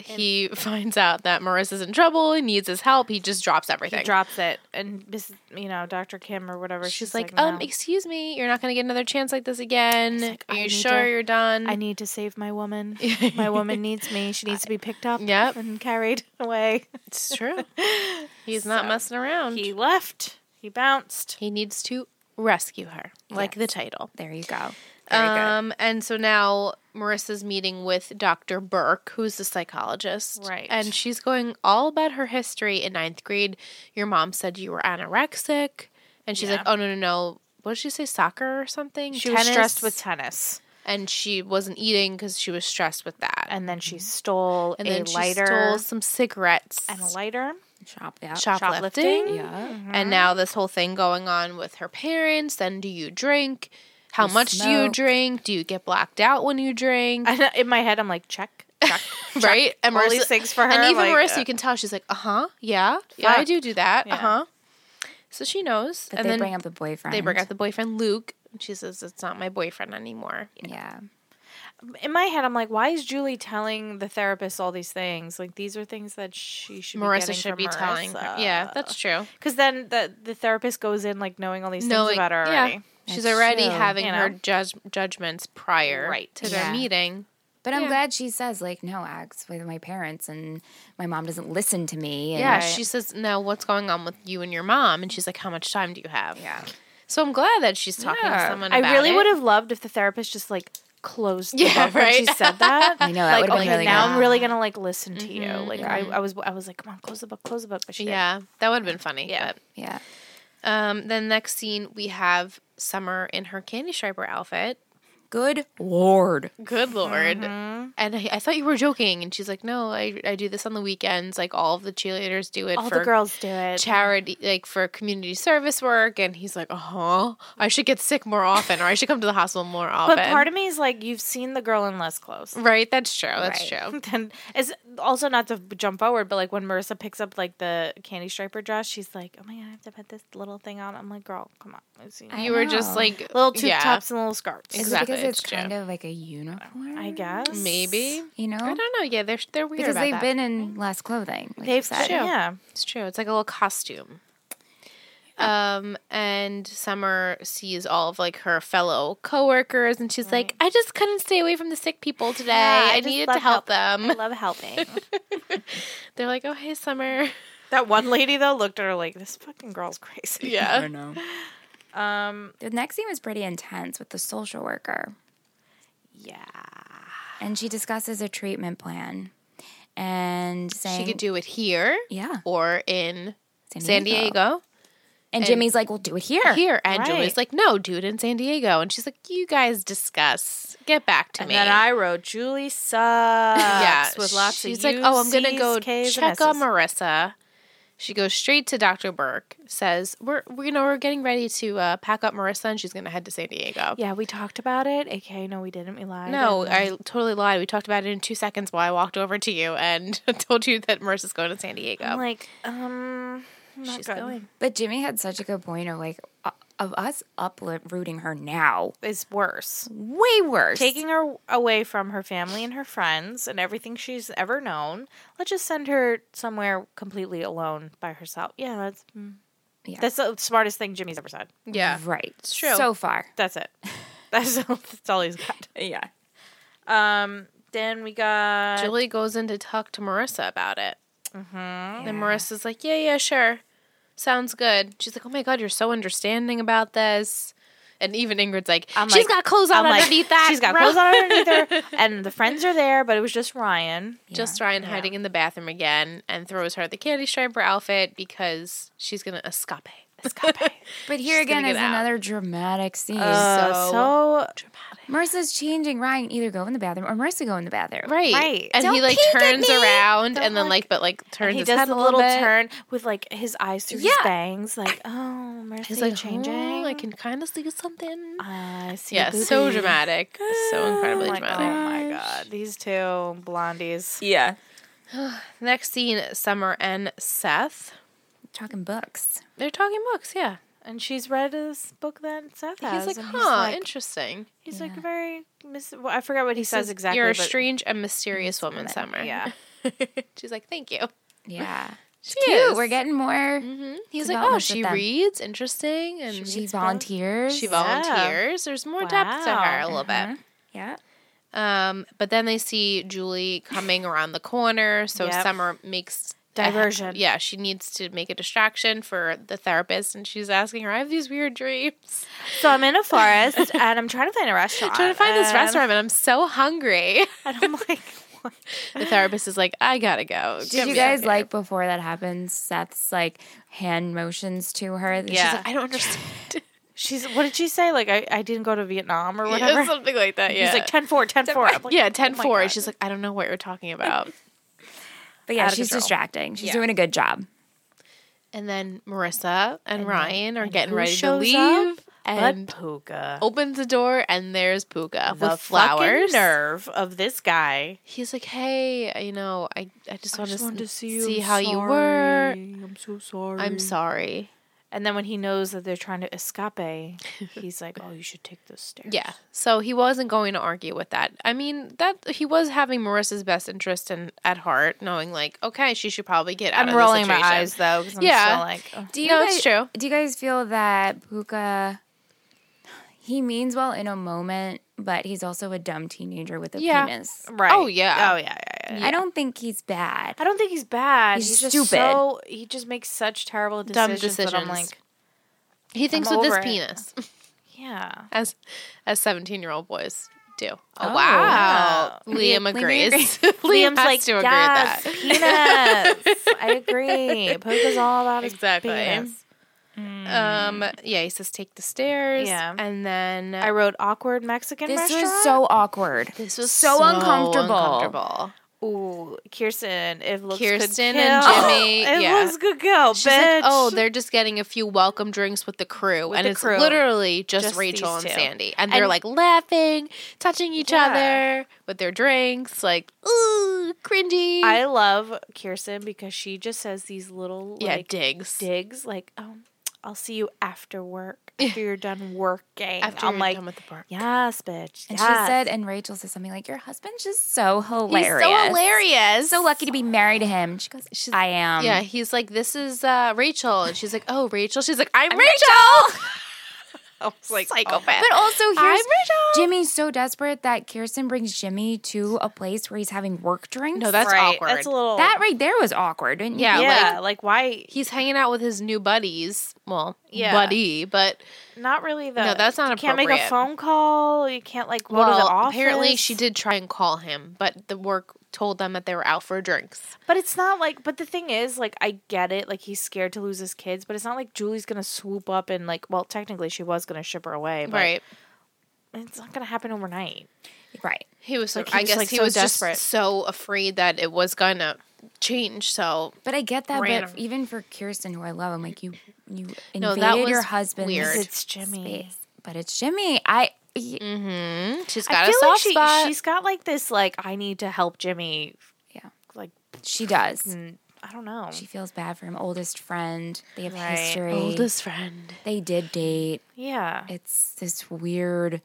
Speaker 4: he finds out that Marissa's in trouble. He needs his help. He just drops everything.
Speaker 2: He drops it, and this, you know, Dr. Kim or whatever.
Speaker 4: She's,
Speaker 2: She's,
Speaker 4: like,
Speaker 2: no,
Speaker 4: um, excuse me, you're not going to get another chance like this again.
Speaker 2: like,
Speaker 4: Are
Speaker 2: I
Speaker 4: you
Speaker 2: need
Speaker 4: sure
Speaker 2: to-
Speaker 4: you're done?
Speaker 2: I need to save my woman. My woman needs me. She needs to be picked up
Speaker 4: Yep.
Speaker 2: and carried away.
Speaker 4: it's true. He's not
Speaker 2: So,
Speaker 4: messing around.
Speaker 2: He
Speaker 4: He,
Speaker 2: left. He bounced.
Speaker 4: needs to rescue her, like the title.
Speaker 3: There you go. Very good.
Speaker 4: Um, and so now Marissa's meeting with Dr. Burke, who's the psychologist.
Speaker 2: Right.
Speaker 4: And she's going all about her history in ninth grade. Your mom said you were anorexic. And she's
Speaker 2: Yeah.
Speaker 4: like, oh, no, no, no. What did she say? Soccer or something?
Speaker 2: She was stressed with
Speaker 4: Tennis?
Speaker 2: tennis,
Speaker 4: and she wasn't eating because she was stressed with that. And,
Speaker 2: Mm-hmm. and then she stole a
Speaker 4: then she
Speaker 2: lighter
Speaker 4: stole some cigarettes
Speaker 2: and a lighter.
Speaker 3: Shop that.
Speaker 4: shoplifting.
Speaker 2: shoplifting.
Speaker 3: Yeah.
Speaker 4: And now this whole thing going on with her parents. Then do you drink? How
Speaker 3: You
Speaker 4: much do you
Speaker 3: smoke.
Speaker 4: drink? Do you get blacked out when you drink?
Speaker 2: I know, in my head, I'm like, check, check,
Speaker 4: right? And
Speaker 2: all these things for her.
Speaker 4: and even
Speaker 2: like,
Speaker 4: Marissa,
Speaker 2: uh,
Speaker 4: you can tell she's like, uh huh, "Uh-huh, yeah, yeah, I
Speaker 2: Fuck.
Speaker 4: do do that,
Speaker 2: Yeah.
Speaker 4: uh huh. So she knows.
Speaker 3: But
Speaker 4: and
Speaker 3: they
Speaker 4: then
Speaker 3: bring up the boyfriend.
Speaker 4: they bring up the boyfriend, Luke. And she says, It's not my boyfriend anymore.
Speaker 3: Yeah.
Speaker 2: In my head, I'm like, why is Julie telling the therapist all these things? Like, these are things that she should be
Speaker 4: Marissa
Speaker 2: getting
Speaker 4: should
Speaker 2: from
Speaker 4: be telling her. Yeah, that's true.
Speaker 2: Because then the, the therapist goes in, like, knowing all these
Speaker 4: Knowing-
Speaker 2: things about her
Speaker 4: yeah.
Speaker 2: already.
Speaker 4: She's
Speaker 3: That's
Speaker 4: already
Speaker 3: true.
Speaker 4: having
Speaker 2: You
Speaker 4: her
Speaker 2: know?
Speaker 4: judge, judgments prior
Speaker 2: Right.
Speaker 4: to their
Speaker 3: Yeah.
Speaker 4: meeting.
Speaker 3: But I'm
Speaker 4: Yeah.
Speaker 3: glad she says, like, no, I was with my parents and my mom doesn't listen to me. And
Speaker 4: Yeah,
Speaker 2: Right.
Speaker 4: she says, "Now, what's going on with you and your mom?" And she's like, "How much time do you have?"
Speaker 3: Yeah.
Speaker 4: So I'm glad that she's talking to someone.
Speaker 2: I
Speaker 4: about
Speaker 2: really
Speaker 4: it.
Speaker 2: would have loved if the therapist just, like, closed the
Speaker 4: Yeah,
Speaker 2: book when she
Speaker 4: right.
Speaker 2: said that.
Speaker 3: I know, that
Speaker 2: like,
Speaker 3: would've been
Speaker 2: okay,
Speaker 3: really
Speaker 2: now
Speaker 3: good.
Speaker 2: I'm really going to, like, listen to you.
Speaker 4: Mhm,
Speaker 2: Like, I, I was I was like, come on, close the book, close the book. But she didn't.
Speaker 4: Yeah, that would have been funny.
Speaker 2: Yeah.
Speaker 3: Yeah.
Speaker 4: But, um, then next scene we have Summer in her candy striper outfit.
Speaker 3: Good lord.
Speaker 4: Good lord!
Speaker 2: Mm-hmm.
Speaker 4: And I, I thought you were joking. And she's like, "No, I I do this on the weekends. Like all of the cheerleaders do it
Speaker 2: All
Speaker 4: for
Speaker 2: the girls do it.
Speaker 4: charity, like for community service work." And he's like, "Uh huh. I should get sick more often, or I should come to the hospital more often."
Speaker 2: But part of me is like, you've seen the girl in less clothes.
Speaker 4: right? That's true. That's
Speaker 3: Right.
Speaker 4: true.
Speaker 2: Then it's also not to b- jump forward, but like when Marissa picks up like the candy striper dress, she's like, "Oh my god, I have to put this little thing on." I'm like, "Girl, come on, I've seen
Speaker 3: I
Speaker 4: You were just
Speaker 3: know.
Speaker 4: like
Speaker 2: little tube
Speaker 4: yeah,
Speaker 2: tops and little skirts."
Speaker 3: Is
Speaker 4: Exactly,
Speaker 3: it because
Speaker 4: it's
Speaker 3: it's,
Speaker 4: true.
Speaker 3: kind of like a uniform?
Speaker 2: I guess
Speaker 4: Maybe
Speaker 3: You know?
Speaker 4: I don't know. Yeah, they're they're weird
Speaker 3: because
Speaker 4: about
Speaker 3: they've
Speaker 4: that.
Speaker 3: been in less clothing. like you
Speaker 2: they've
Speaker 3: said.
Speaker 2: said, yeah.
Speaker 4: It's true. It's like a little costume. Um, and Summer sees all of like her fellow coworkers, and she's like, "I just couldn't stay away from the sick people today.
Speaker 2: Yeah,
Speaker 4: I,
Speaker 2: just
Speaker 4: needed
Speaker 2: love
Speaker 4: to help,
Speaker 2: I
Speaker 4: them."
Speaker 2: love helping.
Speaker 4: They're like, "Oh, hey, Summer."
Speaker 2: that one lady though looked at her like, "This fucking girl's crazy."
Speaker 4: Yeah,
Speaker 3: know.
Speaker 2: Um.
Speaker 3: The next scene was pretty intense with the social worker.
Speaker 2: Yeah.
Speaker 3: And she discusses a treatment plan and saying,
Speaker 4: she could do it here
Speaker 3: yeah,
Speaker 4: or in San Diego.
Speaker 3: And, Jimmy's like, we'll do it here.
Speaker 4: Here, and
Speaker 2: Right.
Speaker 4: Julie's like, "No, do it in San Diego." And she's like, "You guys discuss. Get back to
Speaker 2: And
Speaker 4: me."
Speaker 2: then I wrote Julie sucks. Yeah, with lots
Speaker 4: she's
Speaker 2: of
Speaker 4: like, oh, I'm gonna
Speaker 2: U's,
Speaker 4: go
Speaker 2: K's, and
Speaker 4: check on
Speaker 2: S's."
Speaker 4: Marissa. She goes straight to Dr. Burke. Says we're, we you know we're getting ready to uh, pack up Marissa and she's gonna head to San Diego.
Speaker 2: Yeah, we talked about it. Okay, no, we didn't. We lied.
Speaker 4: No,
Speaker 2: And-
Speaker 4: I totally lied. We talked about it in two seconds while I walked over to you and told you that Marissa's going to San Diego.
Speaker 2: I'm like, um, not
Speaker 4: she's
Speaker 2: good.
Speaker 4: going.
Speaker 3: But Jimmy had such a good point of like, uh, of us uprooting her now.
Speaker 2: It's worse.
Speaker 3: Way worse.
Speaker 2: Taking her away from her family and her friends and everything she's ever known. Let's just send her somewhere completely alone by herself. Yeah, that's mm.
Speaker 3: Yeah.
Speaker 2: that's the smartest thing Jimmy's ever said.
Speaker 4: Yeah.
Speaker 3: Right.
Speaker 4: true.
Speaker 3: So far.
Speaker 2: That's it. That's, that's all he's got.
Speaker 3: Yeah.
Speaker 2: Um, then we got
Speaker 4: Julie goes in to talk to Marissa about it.
Speaker 2: Mhm.
Speaker 4: And Marissa's like, yeah, yeah, sure. Sounds good. She's like, oh my God, you're so understanding about this. And even Ingrid's like,
Speaker 2: I'm
Speaker 4: she's
Speaker 2: like-
Speaker 4: got clothes on
Speaker 2: I'm like,
Speaker 4: underneath that.
Speaker 2: she's got
Speaker 4: bro."
Speaker 2: clothes on underneath her, and the friends are there, but it was just Ryan.
Speaker 4: Just Ryan hiding in the bathroom again and throws her the candy striper outfit because she's going to escape. Escape.
Speaker 3: But here
Speaker 4: She's gonna
Speaker 3: again
Speaker 4: get
Speaker 3: is
Speaker 4: out.
Speaker 3: another dramatic scene.
Speaker 2: Uh, so
Speaker 4: Dramatic.
Speaker 3: Marissa's changing Ryan either go in the bathroom or Marissa go in the bathroom.
Speaker 4: Right.
Speaker 2: Right.
Speaker 4: And he
Speaker 3: Don't
Speaker 4: like
Speaker 3: peek at
Speaker 4: turns
Speaker 3: me.
Speaker 4: around
Speaker 2: Don't
Speaker 4: and then
Speaker 2: look.
Speaker 4: like, but like turns
Speaker 2: he
Speaker 4: his
Speaker 2: does
Speaker 4: head
Speaker 2: a
Speaker 4: a
Speaker 2: little
Speaker 4: bit.
Speaker 2: turn with like his eyes through his
Speaker 3: Yeah.
Speaker 2: bangs, like oh, Mercy,
Speaker 4: He's
Speaker 2: like
Speaker 4: like,
Speaker 2: changing.
Speaker 4: "Oh, I can kind of see something.
Speaker 2: I see. a
Speaker 4: yeah, so
Speaker 2: booby."
Speaker 4: dramatic. So
Speaker 2: I'm
Speaker 4: incredibly
Speaker 2: like,
Speaker 4: dramatic.
Speaker 2: oh my god, these two blondies.
Speaker 3: Yeah.
Speaker 2: Oh
Speaker 4: Next scene, Summer and Seth.
Speaker 3: Talking books.
Speaker 4: They're talking books, yeah.
Speaker 2: And she's read this book that Seth has.
Speaker 4: He's like,
Speaker 2: and
Speaker 4: huh, interesting.
Speaker 2: he's
Speaker 3: Yeah.
Speaker 2: like very. Mis- well, I forgot what he, says, exactly.
Speaker 4: You're a
Speaker 2: but-
Speaker 4: strange and mysterious woman, Summer.
Speaker 2: Yeah.
Speaker 4: She's like, thank you.
Speaker 3: Yeah.
Speaker 4: She
Speaker 3: Cute.
Speaker 4: is.
Speaker 3: We're getting more.
Speaker 4: hmm He's like,
Speaker 3: developments
Speaker 4: oh,
Speaker 3: with
Speaker 4: she
Speaker 3: them.
Speaker 4: reads, interesting, and
Speaker 3: Mm. She volunteers.
Speaker 4: she volunteers. There's more depth to her
Speaker 2: Wow.
Speaker 4: a little
Speaker 3: Uh-huh.
Speaker 4: bit.
Speaker 3: Yeah.
Speaker 4: Um, but then they see Julie coming around the corner, so
Speaker 2: Yep.
Speaker 4: Summer makes a-
Speaker 2: Diversion.
Speaker 4: yeah, she needs to make a distraction for the therapist, and she's asking her, "I have these weird dreams.
Speaker 2: So I'm in a forest and I'm trying to find a restaurant.
Speaker 4: trying to find this
Speaker 2: and-
Speaker 4: restaurant, and I'm so hungry."
Speaker 2: and I'm like, what?
Speaker 4: The therapist is like, I gotta go.
Speaker 3: Did you guys like before that happens? Seth's like hand motions to her. She's
Speaker 4: Yeah,
Speaker 3: like,
Speaker 4: I don't understand.
Speaker 2: she's what did she say? Like I, I didn't go to Vietnam or whatever.
Speaker 4: Yeah, something like that. Yeah,
Speaker 2: He's like 10-4, 10-4. I'm like,
Speaker 4: yeah,
Speaker 2: oh
Speaker 4: ten
Speaker 2: my
Speaker 4: four.
Speaker 2: God.
Speaker 4: She's like, I don't know what you're talking about.
Speaker 3: but yeah,
Speaker 2: out of
Speaker 3: she's
Speaker 2: control.
Speaker 3: distracting. She's
Speaker 4: Yeah.
Speaker 3: doing a good job.
Speaker 4: and then Marissa and, Ryan are getting
Speaker 2: who
Speaker 4: ready to
Speaker 2: shows
Speaker 4: leave,
Speaker 2: up
Speaker 4: and
Speaker 2: but Puka.
Speaker 4: opens the door, and there's Puka
Speaker 2: the
Speaker 4: with
Speaker 2: flowers.
Speaker 4: flowers.
Speaker 2: nerve of this guy.
Speaker 4: He's like, Hey, you know, I I just want to
Speaker 2: wanted
Speaker 4: see, how you were.
Speaker 2: I'm so sorry.
Speaker 4: I'm sorry.
Speaker 2: And then when he knows that they're trying to escape, he's like, "Oh, you should take those stairs."
Speaker 4: Yeah. So he wasn't going to argue with that. I mean, that he was having Marissa's best interest in at heart, knowing like, okay, she should probably get out
Speaker 2: I'm
Speaker 4: of this
Speaker 2: rolling my
Speaker 4: situation.
Speaker 2: eyes though because I'm
Speaker 4: Yeah.
Speaker 2: still like, "Ugh."
Speaker 3: Do you
Speaker 4: No,
Speaker 3: guys,
Speaker 4: it's true.
Speaker 3: Do you guys feel that Puka he means well in a moment, but he's also a dumb teenager with a
Speaker 4: Yeah.
Speaker 3: penis.
Speaker 2: right?
Speaker 4: Oh, yeah.
Speaker 2: Oh yeah. Yeah. yeah, yeah.
Speaker 3: I don't think he's bad.
Speaker 2: I don't think he's bad.
Speaker 3: He's
Speaker 2: He's,
Speaker 3: stupid.
Speaker 2: just so he just makes such terrible
Speaker 4: Dumb
Speaker 2: decisions, that I'm
Speaker 4: decisions.
Speaker 2: like,
Speaker 4: He thinks
Speaker 2: I'm
Speaker 4: with his
Speaker 2: over it.
Speaker 4: penis,
Speaker 2: yeah.
Speaker 4: as as seventeen year old boys do. Oh,
Speaker 3: Oh,
Speaker 4: wow.
Speaker 2: wow.
Speaker 4: Liam
Speaker 3: Liam
Speaker 4: agrees.
Speaker 3: agrees.
Speaker 4: Liam
Speaker 2: Liam's
Speaker 4: has
Speaker 2: like,
Speaker 4: to agree
Speaker 2: yes,
Speaker 4: with that.
Speaker 2: penis. I agree. Poker's all about his
Speaker 4: Exactly.
Speaker 2: penis.
Speaker 4: Um, yeah, he says take the stairs.
Speaker 2: Yeah.
Speaker 4: And then
Speaker 2: I wrote awkward Mexican
Speaker 3: This
Speaker 2: restaurant.
Speaker 3: was so awkward.
Speaker 4: this was
Speaker 3: so uncomfortable.
Speaker 4: uncomfortable.
Speaker 2: Ooh, Kirsten, if looks
Speaker 4: Kirsten
Speaker 2: could kill,
Speaker 4: and Jimmy,
Speaker 2: if
Speaker 4: yeah.
Speaker 2: looks could kill,
Speaker 4: She's
Speaker 2: bitch.
Speaker 4: like, oh, they're just getting a few welcome drinks with the crew, and
Speaker 2: the
Speaker 4: it's
Speaker 2: crew.
Speaker 4: literally just,
Speaker 2: Just
Speaker 4: Rachel and
Speaker 2: these two.
Speaker 4: Sandy, and they're
Speaker 2: And-
Speaker 4: like laughing, touching each
Speaker 2: Yeah.
Speaker 4: other with their drinks, like ooh, cringy.
Speaker 2: I love Kirsten because she just says these little
Speaker 4: yeah,
Speaker 2: like
Speaker 4: digs.
Speaker 2: digs, like, oh, I'll see you after work after you're done working.
Speaker 4: After
Speaker 2: I'm
Speaker 4: you're
Speaker 2: like,
Speaker 4: done with the park,
Speaker 2: yes, bitch.
Speaker 3: And
Speaker 2: yes."
Speaker 3: she said, and Rachel says something like, "Your husband's just so
Speaker 4: he's
Speaker 3: hilarious.
Speaker 4: so hilarious,
Speaker 3: So lucky to be married to him." She goes,
Speaker 4: She's-
Speaker 3: "I
Speaker 2: Um,
Speaker 3: am."
Speaker 4: yeah, he's like, this is uh, Rachel, and she's like, oh, Rachel. She's like, I'm,
Speaker 3: I'm
Speaker 4: Rachel.
Speaker 3: Rachel.
Speaker 4: I was like, "Oh, psychopath.
Speaker 3: But also, here's
Speaker 4: I'm Rachel.
Speaker 3: Jimmy's so desperate that Kirsten brings Jimmy to a place where he's having work drinks.
Speaker 4: No, that's
Speaker 2: Right,
Speaker 4: awkward.
Speaker 2: That's a little
Speaker 3: that right there was awkward. Didn't you
Speaker 2: yeah,
Speaker 4: Yeah,
Speaker 3: feel
Speaker 2: yeah, like,
Speaker 3: like-
Speaker 2: why
Speaker 4: He's hanging out with his new buddies. Well,
Speaker 2: Yeah.
Speaker 4: buddy, but
Speaker 2: not really the
Speaker 4: No, that's not
Speaker 2: you can't make a
Speaker 4: appropriate.
Speaker 2: phone call, you can't like go
Speaker 4: well,
Speaker 2: to the office.
Speaker 4: apparently she did try and call him, but the work told them that they were out for drinks.
Speaker 2: But it's not like but the thing is, like I get it, like he's scared to lose his kids, but it's not like Julie's gonna swoop up and like well, technically she was gonna ship her away, but
Speaker 4: right.
Speaker 2: it's not gonna happen overnight.
Speaker 3: right.
Speaker 4: He was
Speaker 2: Like,
Speaker 4: like,
Speaker 2: he
Speaker 4: I
Speaker 2: was,
Speaker 4: guess
Speaker 2: like,
Speaker 4: he
Speaker 2: so
Speaker 4: was
Speaker 2: desperate.
Speaker 4: just so afraid that it was gonna change. So
Speaker 3: But I get that.
Speaker 4: Ran
Speaker 3: But
Speaker 4: him.
Speaker 3: even for Kirsten, who I love, I'm like, you, you invaded
Speaker 4: No, that
Speaker 3: your
Speaker 4: was
Speaker 3: husband's
Speaker 4: weird.
Speaker 3: space.
Speaker 2: It's Jimmy.
Speaker 3: But it's Jimmy. I. he-
Speaker 4: mm-hmm. she's
Speaker 2: I
Speaker 4: got a
Speaker 2: feel
Speaker 4: soft
Speaker 2: like she,
Speaker 4: spot.
Speaker 2: she's got like this like I need to help Jimmy
Speaker 3: Yeah.
Speaker 2: like
Speaker 3: She does.
Speaker 2: mm, I don't know.
Speaker 3: She feels bad for him. Oldest friend. They have
Speaker 2: Right.
Speaker 3: history.
Speaker 4: oldest friend.
Speaker 3: They did date.
Speaker 2: yeah.
Speaker 3: It's this weird.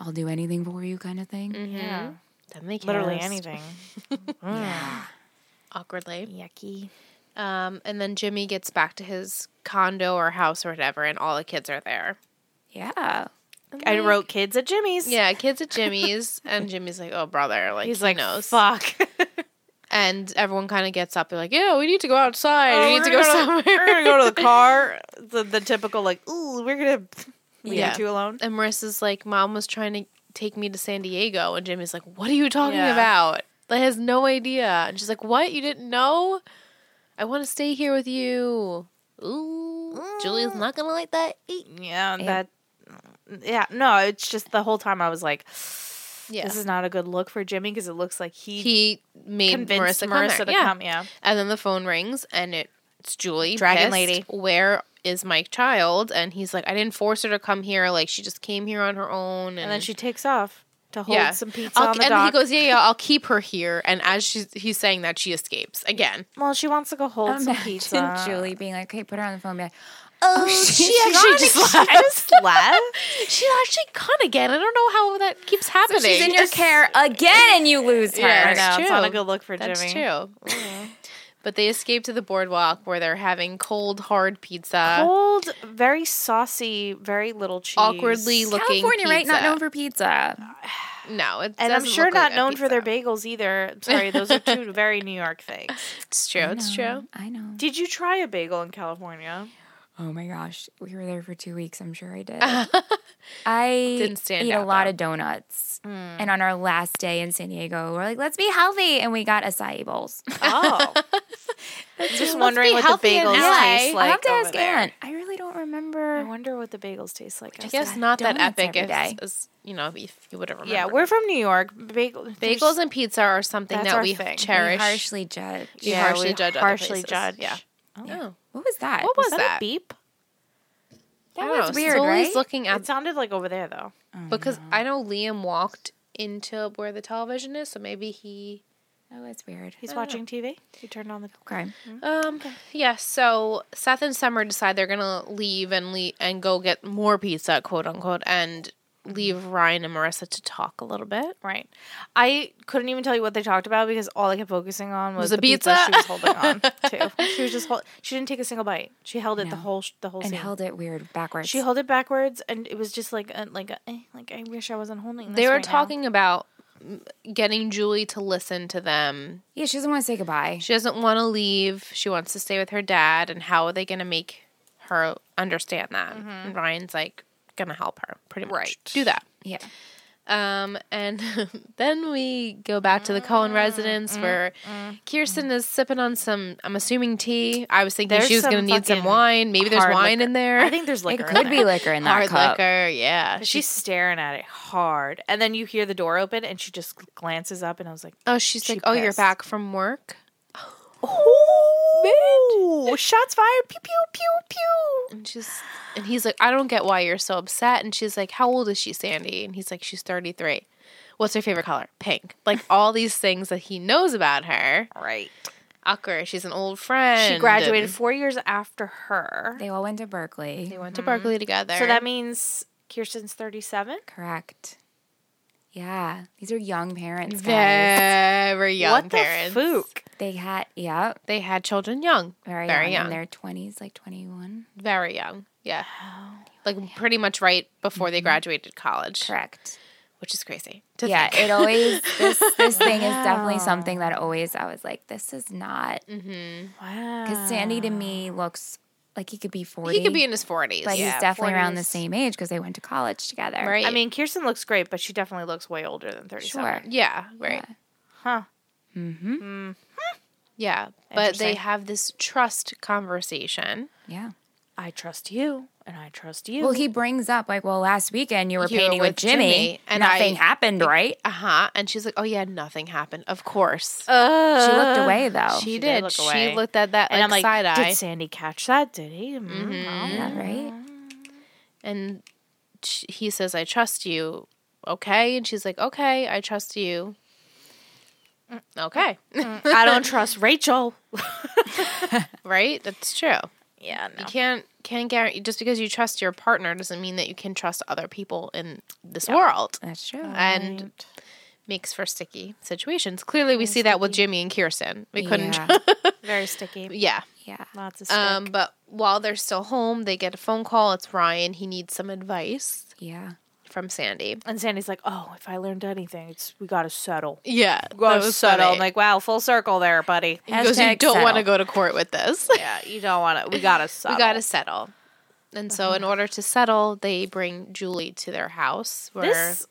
Speaker 3: I'll do anything for you kind of thing.
Speaker 4: Mm. Mm-hmm.
Speaker 2: Yeah.
Speaker 4: Then they
Speaker 2: Literally
Speaker 4: kissed
Speaker 2: anything. Mm.
Speaker 3: Yeah.
Speaker 4: awkwardly.
Speaker 2: Yucky.
Speaker 4: Um, and then Jimmy gets back to his condo or house or whatever, and all the kids are there.
Speaker 3: Yeah.
Speaker 2: I wrote kids at Jimmy's.
Speaker 4: Yeah, kids at Jimmy's, and Jimmy's like, "Oh, brother!" Like
Speaker 2: He's
Speaker 4: he
Speaker 2: like,
Speaker 4: knows.
Speaker 2: fuck.
Speaker 4: And everyone kind of gets up. They're like, "Yeah, we need to go outside. we need to go
Speaker 2: Oh,
Speaker 4: somewhere."
Speaker 2: We're gonna go to the car. The, the typical like, ooh, we're gonna leave
Speaker 4: Yeah.
Speaker 2: you two alone.
Speaker 4: And Marissa's like, Mom was trying to take me to San Diego. And Jimmy's like, What are you talking
Speaker 2: Yeah.
Speaker 4: about? That has no idea. And she's like, What? You didn't know? I want to stay here with you. Ooh. Julia's not going to like that. Eek.
Speaker 2: Yeah,
Speaker 3: Yeah.
Speaker 2: that. Yeah, no, it's just the whole time I was like,
Speaker 4: Yeah.
Speaker 2: this is not a good look for Jimmy because it looks like he,
Speaker 4: he made
Speaker 2: convinced
Speaker 4: Marissa,
Speaker 2: Marissa,
Speaker 4: come back.
Speaker 2: to
Speaker 4: yeah.
Speaker 2: come. Yeah,
Speaker 4: And then the phone rings and it, it's Julie.
Speaker 2: Dragon
Speaker 4: pissed.
Speaker 2: lady.
Speaker 4: Where is Mike Child? And he's like, I didn't force her to come here. Like, she just came here on her own. And,
Speaker 2: and then she takes off to hold
Speaker 4: Yeah.
Speaker 2: some pizza
Speaker 4: I'll,
Speaker 2: on the
Speaker 4: and he
Speaker 2: dock.
Speaker 4: goes, yeah, yeah, I'll keep her here. And as she's, he's saying that, she escapes again.
Speaker 2: well, she wants to go hold some
Speaker 3: Imagine
Speaker 2: pizza.
Speaker 3: Julie being like, "Okay, put her on the phone." Be like, "Oh, she,
Speaker 4: actually just
Speaker 2: I just left.
Speaker 4: She's actually gone again. I don't know how that keeps happening.
Speaker 3: she's in your care again, and you lose her."
Speaker 4: Yeah,
Speaker 2: I
Speaker 4: That's
Speaker 2: know, it's not a
Speaker 4: true.
Speaker 2: good look for
Speaker 4: That's
Speaker 2: Jimmy.
Speaker 4: true. but they escape to the boardwalk where they're having cold, hard pizza.
Speaker 2: Cold, very saucy, very little cheese.
Speaker 4: Awkwardly look- looking
Speaker 3: California, right? Not
Speaker 4: pizza.
Speaker 3: known for pizza.
Speaker 4: No, it
Speaker 2: And I'm
Speaker 4: doesn't
Speaker 2: sure
Speaker 4: look
Speaker 2: not
Speaker 4: like a
Speaker 2: known for their
Speaker 4: pizza.
Speaker 2: bagels either. I'm Sorry, those are two very New York things.
Speaker 4: It's true. It's true.
Speaker 3: I know.
Speaker 2: Did you try a bagel in California?
Speaker 3: Oh my gosh, we were there for two weeks. I'm sure I did. I
Speaker 4: Didn't stand
Speaker 3: ate a
Speaker 4: out,
Speaker 3: lot
Speaker 4: though. Mm.
Speaker 3: of donuts, and on our last day in San Diego, we're like, "Let's be healthy," and we got acai bowls.
Speaker 2: Oh. just
Speaker 4: be
Speaker 2: wondering what the
Speaker 4: healthy in
Speaker 2: bagels
Speaker 4: LA.
Speaker 2: taste
Speaker 3: I
Speaker 2: like.
Speaker 3: have to
Speaker 2: over
Speaker 3: ask
Speaker 2: there.
Speaker 3: Anne. I really don't
Speaker 2: I
Speaker 3: remember.
Speaker 2: wonder what the bagels taste like.
Speaker 4: I
Speaker 2: out
Speaker 4: guess
Speaker 2: there.
Speaker 4: not that
Speaker 3: donuts
Speaker 4: epic
Speaker 3: every
Speaker 4: as,
Speaker 3: day.
Speaker 4: as, you know, if you would have remembered.
Speaker 2: Yeah, we're from New York. Bagel,
Speaker 4: bagels and pizza are something
Speaker 2: That's
Speaker 4: that
Speaker 2: our
Speaker 4: we
Speaker 2: thing. We
Speaker 4: cherish.
Speaker 3: We harshly judge.
Speaker 4: we
Speaker 2: Yeah,
Speaker 4: harshly
Speaker 2: we
Speaker 4: judge other
Speaker 2: harshly
Speaker 4: places.
Speaker 2: judge.
Speaker 4: Yeah. Oh.
Speaker 3: What was that?
Speaker 4: What was
Speaker 2: that,
Speaker 4: that?
Speaker 2: a beep?
Speaker 3: that?
Speaker 4: I don't know.
Speaker 3: Was weird,
Speaker 4: Zoe's
Speaker 3: right?
Speaker 4: looking at
Speaker 2: It sounded like over there though.
Speaker 4: because I know Liam walked into where the television is, so maybe he
Speaker 3: Oh, that's weird.
Speaker 2: He's watching TV. He turned on the.
Speaker 3: Okay.
Speaker 4: Um. Yeah. So Seth and Summer decide they're gonna leave and leave and go get more pizza, quote unquote, and leave Ryan and Marissa to talk a little bit.
Speaker 2: Right. I couldn't even tell you what they talked about because all I kept focusing on was,
Speaker 4: Was the pizza?
Speaker 2: she was holding on to. She was just hold- she didn't take a single bite. She held it the
Speaker 3: No.
Speaker 2: whole sh- the whole
Speaker 3: And
Speaker 2: scene.
Speaker 3: held it weird backwards.
Speaker 2: she held it backwards and it was just like a, like a, eh, like I wish I wasn't holding this
Speaker 4: they were
Speaker 2: right now.
Speaker 4: talking about mm, getting Julie to listen to them.
Speaker 3: yeah, she doesn't want to say goodbye.
Speaker 4: She doesn't want to leave. She wants to stay with her dad. And how are they gonna make her understand that? And Ryan's like gonna help her pretty much
Speaker 2: Right.
Speaker 4: do that.
Speaker 3: Yeah.
Speaker 4: Um, and then we go back to the Cohen residence where Kirsten is sipping on some, I'm assuming tea. I was thinking
Speaker 2: There's
Speaker 4: she was going to
Speaker 2: some
Speaker 4: need some
Speaker 2: fucking
Speaker 4: wine. Maybe there's
Speaker 2: hard
Speaker 4: wine
Speaker 2: liquor.
Speaker 4: in there.
Speaker 2: I think there's liquor.
Speaker 3: it
Speaker 2: in
Speaker 3: could
Speaker 2: there.
Speaker 3: be liquor in that
Speaker 4: hard
Speaker 3: cup.
Speaker 4: liquor. Yeah.
Speaker 2: But she's staring at it hard, and then you hear the door open, and she just glances up, and I was like,
Speaker 4: oh, she's
Speaker 2: she
Speaker 4: like, oh, you're
Speaker 2: pissed.
Speaker 4: back from work.
Speaker 2: "Oh, shots fired! Pew pew pew pew."
Speaker 4: And she's, and he's like, I don't get why you're so upset. And she's like, how old is she, Sandy? And he's like, she's 33. What's her favorite color? Pink. Like all these things that he knows about her.
Speaker 2: Right.
Speaker 4: Ucker, she's an old friend.
Speaker 2: She graduated
Speaker 4: and
Speaker 2: four years after her,
Speaker 3: They all went to Berkeley.
Speaker 4: They went to Berkeley together.
Speaker 2: so that means Kirsten's thirty-seven.
Speaker 3: Correct. Yeah. These are young parents. Guys.
Speaker 4: very young
Speaker 2: what
Speaker 4: parents.
Speaker 2: the fook?
Speaker 3: They had, yeah,
Speaker 4: They had children young,
Speaker 3: very,
Speaker 4: Very
Speaker 3: young,
Speaker 4: young.
Speaker 3: in their 20s, like 21.
Speaker 4: very young. Yeah, like pretty much right before they graduated college,
Speaker 3: Correct.
Speaker 4: which is crazy. to
Speaker 3: yeah,
Speaker 4: think.
Speaker 3: it always, this, this thing is definitely something that always I was like, this is not,
Speaker 2: Wow.
Speaker 3: because Sandy to me looks like he could be 40.
Speaker 4: Mm-hmm. he could be in his forties.
Speaker 3: but
Speaker 2: yeah,
Speaker 3: he's definitely around the
Speaker 2: 40s.
Speaker 3: same age because they went to college together.
Speaker 4: Right.
Speaker 2: I mean, Kirsten looks great, but she definitely looks way older than thirty-seven.
Speaker 3: Sure. Hmm.
Speaker 4: yeah, right.
Speaker 2: Huh.
Speaker 3: Mm-hmm.
Speaker 2: Hmm.
Speaker 4: Yeah, but they
Speaker 2: Interesting.
Speaker 4: have this trust conversation.
Speaker 3: Yeah.
Speaker 2: I trust you, and I trust you.
Speaker 3: Well, he brings up like, well, last weekend you were
Speaker 4: You were
Speaker 3: painting with,
Speaker 4: with
Speaker 3: Jimmy,
Speaker 4: Jimmy,
Speaker 3: and
Speaker 4: and
Speaker 3: nothing
Speaker 4: I-
Speaker 3: happened, right?
Speaker 4: Uh huh. And she's like, "Oh yeah, nothing happened. Of course,
Speaker 3: She
Speaker 2: Uh,
Speaker 3: looked away though.
Speaker 4: she,
Speaker 2: she did
Speaker 4: did.
Speaker 2: look
Speaker 4: she
Speaker 2: away.
Speaker 4: looked at that
Speaker 2: and I'm
Speaker 4: like, side
Speaker 2: like,
Speaker 4: eye,
Speaker 2: did Sandy catch that? Did he? Mm, I don't
Speaker 3: Oh, yeah, right.
Speaker 4: and sh he says, "I trust you." Okay, and she's like, "Okay, I trust you." Okay.
Speaker 2: I don't trust Rachel.
Speaker 4: right? That's true.
Speaker 2: Yeah, no.
Speaker 4: You can't can't guarantee just because you trust your partner doesn't mean that you can trust other people in this world.
Speaker 3: That's true.
Speaker 4: And makes for sticky situations. Clearly, we see that with Jimmy and Kirsten. We couldn't,
Speaker 3: Yeah.
Speaker 4: yeah.
Speaker 2: Very sticky.
Speaker 3: yeah.
Speaker 2: Lots of stick.
Speaker 4: Um, but while they're still home, they get a phone call. It's Ryan. He needs some advice
Speaker 3: Yeah.
Speaker 4: from Sandy.
Speaker 2: and Sandy's like, "Oh, if I learned anything, it's we gotta settle.
Speaker 4: Yeah,
Speaker 2: Gotta
Speaker 4: that was
Speaker 2: settle."
Speaker 4: funny.
Speaker 2: I'm like, wow, full circle there, buddy.
Speaker 4: he goes, "You
Speaker 3: Hashtag
Speaker 4: don't want to
Speaker 3: settle."
Speaker 4: go to court with this.
Speaker 2: yeah, you don't want to. We gotta settle.
Speaker 4: We got to settle." And so, in order to settle, they bring Julie to their house. Where
Speaker 2: This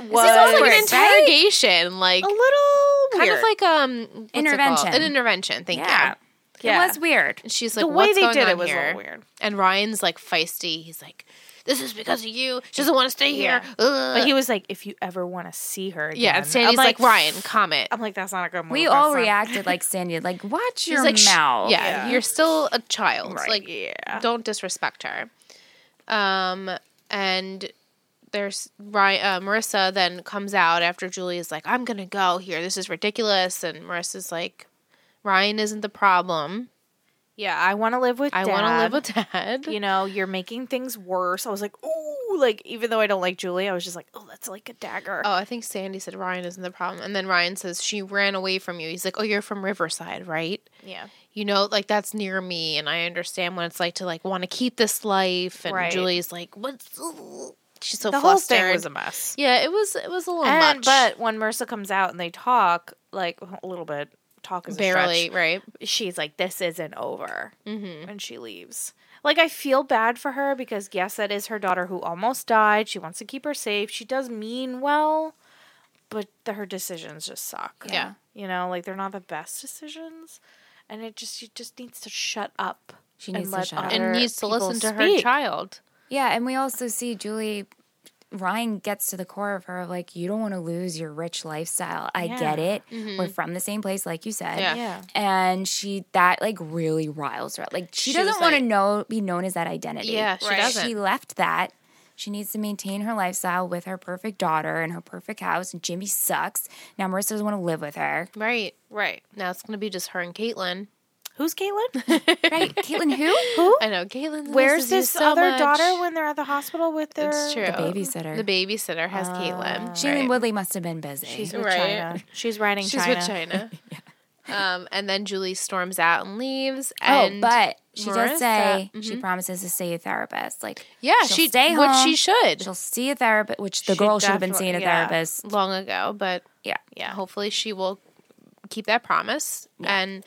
Speaker 2: was
Speaker 4: This sounds like an
Speaker 3: Right?
Speaker 4: interrogation, like
Speaker 2: a little
Speaker 4: kind
Speaker 2: weird.
Speaker 4: of like um what's it called?
Speaker 3: Intervention.
Speaker 4: An intervention. Thank
Speaker 3: Yeah.
Speaker 4: you.
Speaker 2: Yeah.
Speaker 3: It was weird.
Speaker 4: And she's like,
Speaker 2: the way
Speaker 4: "What's
Speaker 2: they
Speaker 4: going
Speaker 2: did
Speaker 4: on
Speaker 2: it was a
Speaker 4: here?"
Speaker 2: little weird.
Speaker 4: And Ryan's like feisty. He's like, "This is because of you. She doesn't want to stay here."
Speaker 2: Yeah.
Speaker 4: Ugh.
Speaker 2: But he was like, "If you ever want to see her, again.
Speaker 4: yeah, and Sandy's
Speaker 2: I'm
Speaker 4: like, "Ryan, comment."
Speaker 2: I'm like, that's not a good move.
Speaker 3: We
Speaker 2: That's
Speaker 3: all
Speaker 2: not-
Speaker 3: reacted like Sandy, like, watch
Speaker 4: She's
Speaker 3: your
Speaker 4: like, "Shh."
Speaker 3: mouth.
Speaker 4: Yeah,
Speaker 2: Yeah.
Speaker 4: you're still a child.
Speaker 2: Right,
Speaker 4: Like,
Speaker 2: yeah.
Speaker 4: don't disrespect her." Um, and there's Ryan, uh, Marissa then comes out after Julie is like, "I'm gonna go here. This is ridiculous." And Marissa's like, "Ryan isn't the problem.
Speaker 2: Yeah, I want to live with.
Speaker 4: I want to live with Dad."
Speaker 2: You know, you're making things worse. I was like, ooh, like even though I don't like Julie, I was just like, oh, that's like a dagger.
Speaker 4: Oh, I think Sandy said Ryan isn't the problem. And then Ryan says she ran away from you. He's like, "Oh, you're from Riverside, right?
Speaker 2: yeah,
Speaker 4: You know, like that's near me and I understand what it's like to like want to keep this life." And
Speaker 2: Right.
Speaker 4: Julie's like, "What's She's so
Speaker 2: the whole
Speaker 4: flustered.
Speaker 2: thing was a mess.
Speaker 4: yeah, it was it was a little
Speaker 2: and
Speaker 4: much.
Speaker 2: but when Marissa comes out and they talk, like a little bit, talk is barely.
Speaker 4: barely, right?
Speaker 2: She's like, "This isn't over," mm-hmm. and she leaves. Like I feel bad for her because yes, that is her daughter who almost died. She wants to keep her safe. She does mean well, but the, her decisions just suck.
Speaker 4: Yeah.
Speaker 2: you know, like they're not the best decisions, and it just she just needs to shut up.
Speaker 3: She
Speaker 2: and
Speaker 3: needs to
Speaker 2: let
Speaker 3: shut up.
Speaker 4: And
Speaker 2: other
Speaker 4: needs to
Speaker 2: people
Speaker 4: listen to her
Speaker 2: speak.
Speaker 4: child.
Speaker 3: Yeah, and we also see Julie Ryan gets to the core of her like you don't want to lose your rich lifestyle. I get it. We're from the same place like you said.
Speaker 4: Mm-hmm.
Speaker 2: Yeah.
Speaker 4: Yeah.
Speaker 3: And she that like really riles her. Like she,
Speaker 4: She
Speaker 3: doesn't
Speaker 4: was
Speaker 3: want to
Speaker 4: like-
Speaker 3: know be known as that identity.
Speaker 4: Yeah, she
Speaker 3: Right.
Speaker 4: doesn't.
Speaker 3: She left that She needs to maintain her lifestyle with her perfect daughter and her perfect house. And Jimmy sucks. Now Marissa doesn't want to live with her.
Speaker 4: Right.
Speaker 2: Right.
Speaker 4: Now it's going to be just her and Caitlin.
Speaker 2: Who's Caitlin?
Speaker 3: Right, Caitlin, who?
Speaker 2: Who?
Speaker 4: I know. Caitlin.
Speaker 2: Where's
Speaker 4: misses you
Speaker 2: this
Speaker 4: so
Speaker 2: other
Speaker 4: much.
Speaker 2: daughter when they're at the hospital with their?
Speaker 4: It's true.
Speaker 3: babysitter.
Speaker 4: The babysitter has Caitlin.
Speaker 3: She and Woodley must have been busy. Oh,
Speaker 2: She's with
Speaker 4: Right.
Speaker 2: China. She's riding
Speaker 4: She's
Speaker 2: China.
Speaker 4: with China. Um, and then Julie storms out and leaves.
Speaker 3: oh,
Speaker 4: And
Speaker 3: but she
Speaker 4: Marissa- Mm-hmm.
Speaker 3: does say she promises to see a therapist. Like,
Speaker 4: yeah,
Speaker 3: she'll
Speaker 4: she
Speaker 3: stay
Speaker 4: which
Speaker 3: home.
Speaker 4: she should
Speaker 3: She'll see a therapist, which the
Speaker 2: She
Speaker 3: girl should have been
Speaker 2: definitely-
Speaker 3: seeing a
Speaker 2: yeah.
Speaker 3: therapist.
Speaker 4: long ago, but
Speaker 3: Yeah.
Speaker 4: yeah, hopefully she will keep that promise and.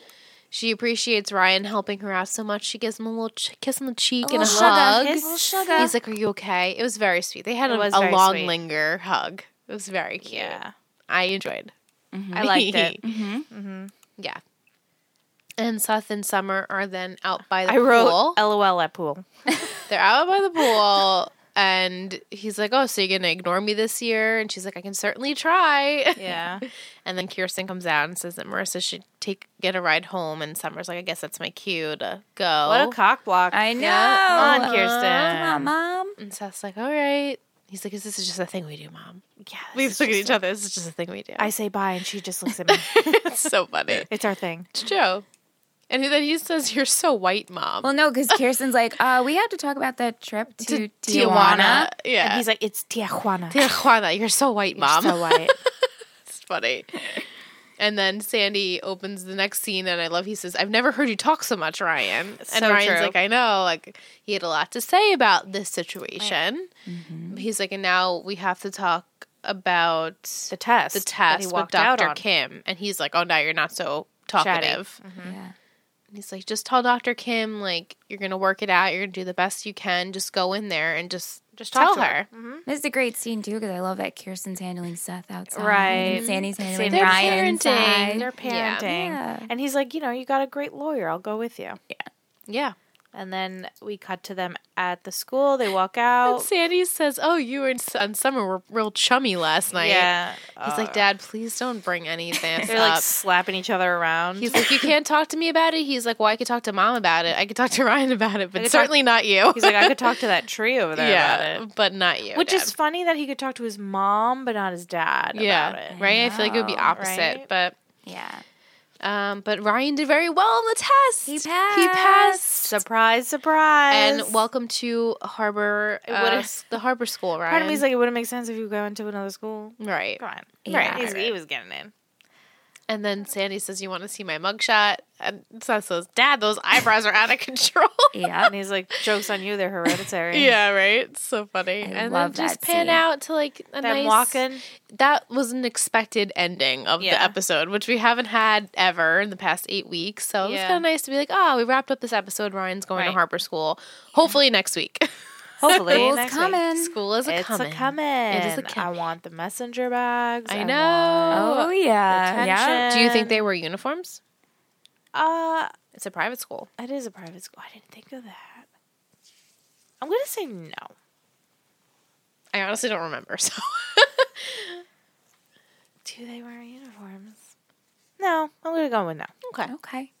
Speaker 4: She appreciates Ryan helping her out so much. She gives him a little ch- kiss on the cheek and a
Speaker 2: little Oh, sugar
Speaker 4: hug.
Speaker 2: kiss. Little sugar.
Speaker 4: He's like, "Are you okay?" It was very sweet. They had
Speaker 2: It
Speaker 4: a,
Speaker 2: was
Speaker 4: a
Speaker 2: very
Speaker 4: long
Speaker 2: sweet.
Speaker 4: linger hug. It was very cute.
Speaker 2: Yeah.
Speaker 4: I enjoyed.
Speaker 2: I liked it.
Speaker 4: Yeah. And Seth and Summer are then out by the
Speaker 2: I wrote
Speaker 4: pool.
Speaker 2: LOL at pool.
Speaker 4: They're out by the pool, and he's like, "Oh, so you're gonna ignore me this year?" And she's like, "I can certainly try."
Speaker 2: Yeah.
Speaker 4: And then Kirsten comes out and says that Marissa should take get a ride home, and Summer's like, "I guess that's my cue to go."
Speaker 2: What a cock block.
Speaker 3: I know.
Speaker 2: Come on,
Speaker 3: Come
Speaker 2: Kirsten.
Speaker 3: on, mom.
Speaker 4: and Seth's like, "All right." He's like, "Is this is just a thing we do, Mom?"
Speaker 2: Yes.
Speaker 4: We look at each other. This is just a thing we do.
Speaker 2: I say bye and she just looks at me.
Speaker 4: it's so funny.
Speaker 2: it's our thing.
Speaker 4: It's Joe. And then he says, "You're so white, Mom."
Speaker 3: Well, no, because Kirsten's like, uh, we have to talk about that trip to, Tijuana.
Speaker 4: Tijuana. Yeah.
Speaker 2: And he's like, it's Tijuana.
Speaker 4: Tijuana, you're so white, mom.
Speaker 2: So white.
Speaker 4: it's funny. And then Sandy opens the next scene, and I love. He says, "I've never heard you talk so much, Ryan." And
Speaker 2: So
Speaker 4: Ryan's
Speaker 2: true.
Speaker 4: like, "I know. Like he had a lot to say about this situation."
Speaker 2: Mm-hmm.
Speaker 4: He's like, "And now we have to talk about
Speaker 2: the test.
Speaker 4: the
Speaker 2: that he
Speaker 4: test with
Speaker 2: walked out
Speaker 4: Doctor
Speaker 2: on.
Speaker 4: Kim." And he's like, "Oh, now you're not so
Speaker 2: Chatty.
Speaker 4: talkative."
Speaker 2: Mm-hmm.
Speaker 3: Yeah.
Speaker 4: And he's like, "Just tell Doctor Kim like you're gonna work it out. You're gonna do the best you can. Just go in there and just just
Speaker 2: Talk
Speaker 4: tell
Speaker 2: to Mm-hmm.
Speaker 4: her."
Speaker 3: This is a great scene too because I love that Kirsten's handling Seth outside,
Speaker 2: Right.
Speaker 3: And Sandy's handling
Speaker 2: They're
Speaker 3: Ryan
Speaker 4: parenting.
Speaker 3: inside.
Speaker 2: They're
Speaker 4: Yeah.
Speaker 2: parenting.
Speaker 3: Yeah.
Speaker 2: And he's like, you know, you got a great lawyer. I'll go with you.
Speaker 4: Yeah.
Speaker 2: And then we cut to them at the school. They walk out.
Speaker 4: Sandy says, "Oh, you and, S- and Summer were real chummy last night."
Speaker 2: yeah. Uh,
Speaker 4: He's like, "Dad, please don't bring any of this
Speaker 2: They're
Speaker 4: up."
Speaker 2: like slapping each other around.
Speaker 4: He's like, "You can't talk to me about it." He's like, "Well, I could talk to Mom about it. I could talk to Ryan about it, but
Speaker 2: could talk-
Speaker 4: certainly not you."
Speaker 2: He's like, I could talk to that tree over there
Speaker 4: "Yeah,
Speaker 2: about it.
Speaker 4: but not you."
Speaker 2: Which
Speaker 4: Dad.
Speaker 2: is funny that he could talk to his mom, but not his dad
Speaker 4: yeah,
Speaker 2: about it.
Speaker 4: right. I feel like it would be
Speaker 3: know,
Speaker 4: opposite,
Speaker 2: right?
Speaker 4: but
Speaker 3: Yeah.
Speaker 4: um, but Ryan did very well on the test.
Speaker 3: He
Speaker 4: He
Speaker 3: passed.
Speaker 4: passed.
Speaker 2: Surprise, surprise.
Speaker 4: And welcome to Harbor,
Speaker 2: It
Speaker 4: uh,
Speaker 2: would've-
Speaker 4: s- the Harbor School, Ryan.
Speaker 2: Part of me's like, it wouldn't make sense if you go into another school.
Speaker 4: right.
Speaker 2: Come on.
Speaker 3: Yeah.
Speaker 2: Right. He's, He was getting in.
Speaker 4: And then Sandy says, "You want to see my mugshot?" And Seth says, "Dad, those eyebrows are out of control."
Speaker 3: Yeah.
Speaker 2: And he's like, joke's on you, they're hereditary.
Speaker 4: yeah, right. So funny. and
Speaker 3: love
Speaker 4: then just
Speaker 3: that
Speaker 4: pan
Speaker 3: scene.
Speaker 4: out to like a
Speaker 2: Them
Speaker 4: nice
Speaker 2: walking.
Speaker 4: That was an expected ending of the
Speaker 2: Yeah.
Speaker 4: episode, which we haven't had ever in the past eight weeks. So it's
Speaker 2: Yeah.
Speaker 4: kind of nice to be like, "Oh, we wrapped up this episode. Ryan's going to
Speaker 2: Right.
Speaker 4: Harbor School. Hopefully next week.
Speaker 2: Hopefully.
Speaker 3: School's
Speaker 2: next week.
Speaker 3: coming.
Speaker 4: School is a
Speaker 2: It's
Speaker 4: coming.
Speaker 2: a coming.
Speaker 4: It is a
Speaker 2: I
Speaker 4: coming.
Speaker 2: want the messenger bags.
Speaker 4: I
Speaker 2: want-
Speaker 4: know.
Speaker 3: Oh yeah. Yeah.
Speaker 4: Do you think they wear uniforms?
Speaker 2: Uh,
Speaker 4: It's a private school.
Speaker 2: it is a private school. I didn't think of that. I'm going to say no.
Speaker 4: I honestly don't remember. So
Speaker 2: Do they wear uniforms? No. I'm going to go with no.
Speaker 4: okay.
Speaker 3: Okay.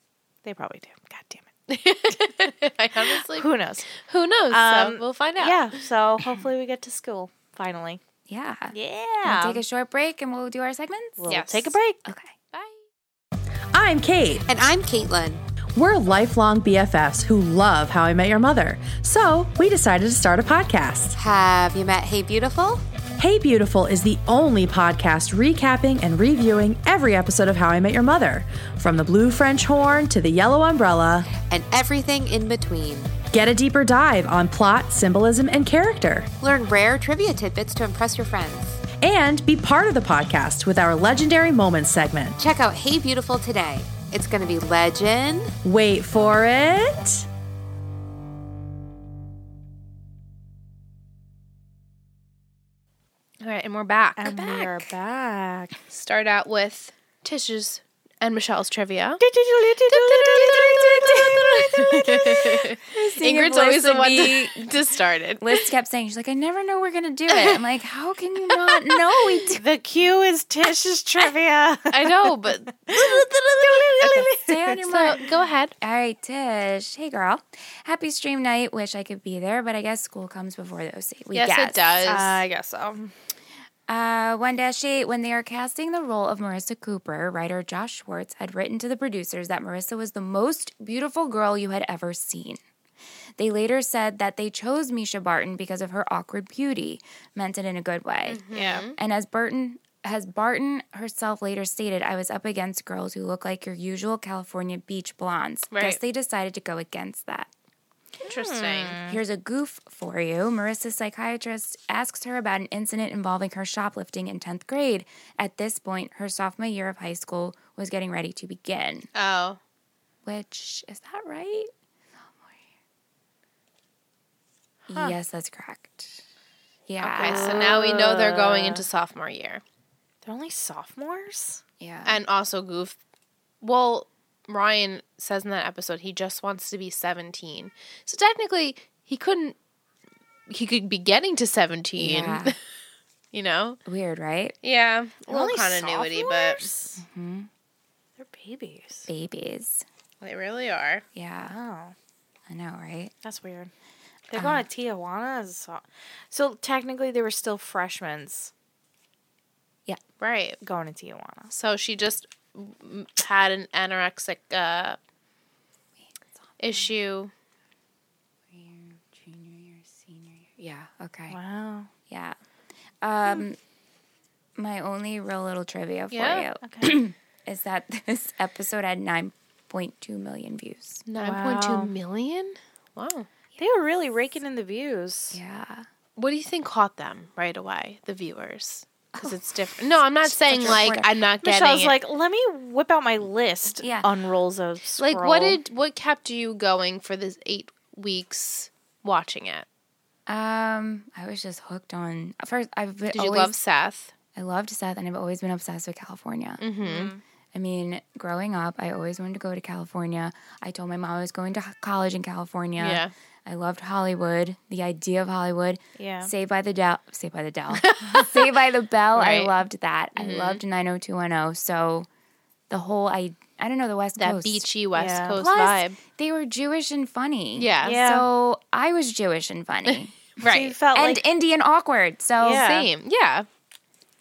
Speaker 2: They probably do. God damn it.
Speaker 4: I honestly
Speaker 2: Who knows?
Speaker 4: Who knows?
Speaker 2: Um,
Speaker 4: so we'll find out.
Speaker 2: Yeah. So hopefully we get to school finally.
Speaker 3: Yeah.
Speaker 2: Yeah.
Speaker 3: Take a short break and we'll do our segments.
Speaker 2: we'll
Speaker 4: Yes.
Speaker 2: take a break.
Speaker 3: Okay.
Speaker 4: Bye.
Speaker 5: I'm Kate.
Speaker 6: And I'm Caitlin.
Speaker 5: We're lifelong BFFs who love How I Met Your Mother. So we decided to start a podcast.
Speaker 6: Have you met Hey Beautiful?
Speaker 5: Hey Beautiful is the only podcast recapping and reviewing every episode of How I Met Your Mother, from the blue French horn to the yellow umbrella.
Speaker 6: And everything in between.
Speaker 5: Get a deeper dive on plot, symbolism, and character.
Speaker 6: Learn rare trivia tidbits to impress your friends.
Speaker 5: And be part of the podcast with our legendary moments segment.
Speaker 6: Check out Hey Beautiful today. It's going to be legend.
Speaker 5: Wait for it.
Speaker 4: All right, and we're back.
Speaker 2: And we are back.
Speaker 4: Start out with Tish's and Michelle's trivia. Ingrid's always the one to, to start it.
Speaker 3: Liz kept saying, she's like, I never know we're going to do it. I'm like, how can you not know we do
Speaker 2: The cue is Tish's trivia.
Speaker 4: I know, but
Speaker 3: Stay on your
Speaker 4: so
Speaker 3: mark.
Speaker 4: go ahead.
Speaker 3: All right, Tish. Hey, girl. Happy stream night. Wish I could be there, but I guess school comes before those we
Speaker 4: Yes,
Speaker 3: guess.
Speaker 4: it does.
Speaker 2: I guess so.
Speaker 3: Uh, 1-8, when they are casting the role of Marissa Cooper, writer Josh Schwartz had written to the producers that Marissa was the most beautiful girl you had ever seen. They later said that they chose Misha Barton because of her awkward beauty, meant it in a good way.
Speaker 4: Mm-hmm.
Speaker 2: Yeah.
Speaker 3: And as Burton as Barton herself later stated, I was up against girls who look like your usual California beach blondes. Guess
Speaker 4: Right.
Speaker 3: they decided to go against that.
Speaker 4: Interesting.
Speaker 3: Here's a goof for you. Marissa's psychiatrist asks her about an incident involving her shoplifting in 10th grade. At this point, her sophomore year of high school was getting ready to begin.
Speaker 4: Oh,
Speaker 3: Which, is that right? Yes, that's correct. Yeah.
Speaker 4: okay. So now we know they're going into sophomore year,
Speaker 2: They're only sophomores?
Speaker 3: Yeah.
Speaker 4: and also Goof. Well, Ryan says in that episode he just wants to be seventeen. So technically, he couldn't. He could be getting to seventeen.
Speaker 3: Yeah.
Speaker 4: You know.
Speaker 3: Weird, right?
Speaker 4: Yeah, a
Speaker 2: They're
Speaker 4: little
Speaker 2: only
Speaker 4: continuity,
Speaker 2: sophomores? They're babies.
Speaker 3: Babies.
Speaker 4: but they really are.
Speaker 3: Yeah.
Speaker 2: Oh,
Speaker 3: I know, right?
Speaker 2: that's weird. They're going to Tijuana. As a so-, so technically, they were still freshmen
Speaker 4: Right.
Speaker 2: going to Tijuana.
Speaker 4: So she just m- had an anorexic uh, issue.
Speaker 3: Junior year, senior year. Yeah. Okay.
Speaker 2: Wow.
Speaker 3: Yeah. Um, my only real little trivia for
Speaker 4: Yeah,
Speaker 3: you is that this episode had 9.2 million views.
Speaker 4: Nine point two
Speaker 2: Wow.
Speaker 4: million. Wow.
Speaker 2: They were really raking in the views.
Speaker 3: Yeah.
Speaker 4: What do you think caught them right away, the viewers? Because it's different. No, I'm not saying like
Speaker 3: reporter.
Speaker 4: I'm not getting
Speaker 2: Michelle's
Speaker 4: it.
Speaker 2: like, let me whip out my list.
Speaker 3: Yeah.
Speaker 2: Unrolls a scroll.
Speaker 4: like what did what kept you going for this eight weeks watching it?
Speaker 3: Um, I was just hooked on. First, I've been
Speaker 4: Did you
Speaker 3: always,
Speaker 4: love Seth?
Speaker 3: I loved Seth, and I've always been obsessed with California. Mm-hmm. I mean, growing up, I always wanted to go to California. I told my mom I was going to h- college in California.
Speaker 4: Yeah.
Speaker 3: I loved Hollywood, the idea of Hollywood.
Speaker 2: Yeah.
Speaker 3: Saved by the Dell. Saved by the Dell. Saved by the Bell. I
Speaker 4: Right.
Speaker 3: loved that.
Speaker 2: Mm-hmm.
Speaker 3: I loved 90210. So the whole, I, I don't know, the West
Speaker 4: That
Speaker 3: Coast.
Speaker 4: beachy West
Speaker 2: Yeah.
Speaker 4: Coast
Speaker 3: Plus,
Speaker 4: vibe.
Speaker 3: they were Jewish and funny.
Speaker 4: Yeah.
Speaker 2: Yeah.
Speaker 3: So I was Jewish and funny.
Speaker 2: So you
Speaker 4: Right.
Speaker 2: felt
Speaker 3: and
Speaker 2: like
Speaker 3: Indian awkward. So
Speaker 2: Yeah.
Speaker 4: Same. Yeah.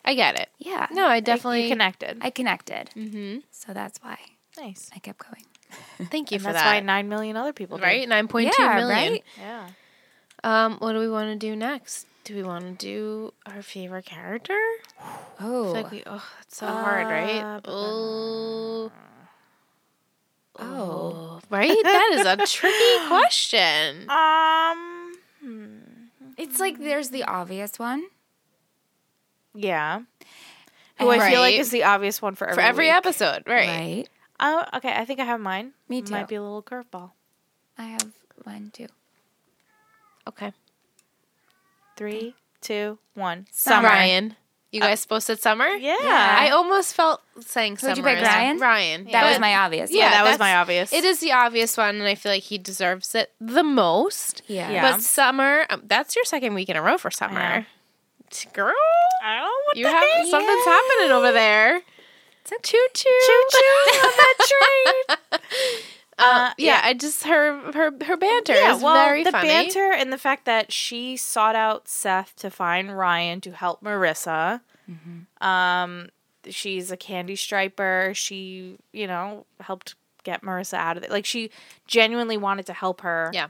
Speaker 4: I get it.
Speaker 3: yeah.
Speaker 4: No, I definitely
Speaker 2: you connected.
Speaker 3: I connected. Mm-hmm. So that's why
Speaker 2: nice.
Speaker 3: I kept going.
Speaker 4: thank you
Speaker 2: And
Speaker 4: for
Speaker 2: that's
Speaker 4: that.
Speaker 2: why nine million other people do.
Speaker 4: right? Nine point two
Speaker 3: Yeah,
Speaker 4: million.
Speaker 3: right?
Speaker 2: Yeah.
Speaker 4: Um, what do we want to do next? Do we want to do our favorite character?
Speaker 3: Oh,
Speaker 4: Like we, oh, that's so hard,
Speaker 3: Uh,
Speaker 4: right? Oh,
Speaker 3: oh,
Speaker 4: right. That is a tricky question.
Speaker 2: Um.
Speaker 3: it's like there's the obvious one.
Speaker 2: Yeah. Who Oh, I feel like
Speaker 4: Right.
Speaker 2: is the obvious one for every
Speaker 4: For every
Speaker 2: week.
Speaker 4: episode, right?
Speaker 3: Right.
Speaker 2: Oh, okay. I think I have mine.
Speaker 3: Me too.
Speaker 2: Might be a little curveball.
Speaker 3: I have one too.
Speaker 4: Okay.
Speaker 2: Three, two, one.
Speaker 3: Summer. Uh,
Speaker 4: Ryan, you guys supposed to summer?
Speaker 2: Yeah.
Speaker 4: I almost felt saying summer.
Speaker 3: Who'd you pick,
Speaker 4: is-
Speaker 3: Ryan?
Speaker 4: Ryan.
Speaker 3: That was
Speaker 4: But-
Speaker 3: my obvious.
Speaker 4: Yeah,
Speaker 2: that was
Speaker 4: that's-
Speaker 2: my obvious.
Speaker 4: It is the obvious one, and I feel like he deserves it the most.
Speaker 3: Yeah.
Speaker 2: Yeah.
Speaker 4: But summer, um, that's your second week in a row for summer. Girl,
Speaker 2: I don't know what
Speaker 4: you
Speaker 2: the
Speaker 4: have
Speaker 2: heck?
Speaker 4: something's happening over there. It's a choo choo. Choo
Speaker 2: Uh,
Speaker 4: yeah, I just her her her banter
Speaker 2: Yeah,
Speaker 4: is
Speaker 2: well,
Speaker 4: very
Speaker 2: the
Speaker 4: funny.
Speaker 2: banter and the fact that she sought out Seth to find Ryan to help Marissa.
Speaker 4: Mm-hmm.
Speaker 2: Um, she's a candy striper. She, you know, helped get Marissa out of it. Like she genuinely wanted to help her.
Speaker 4: Yeah.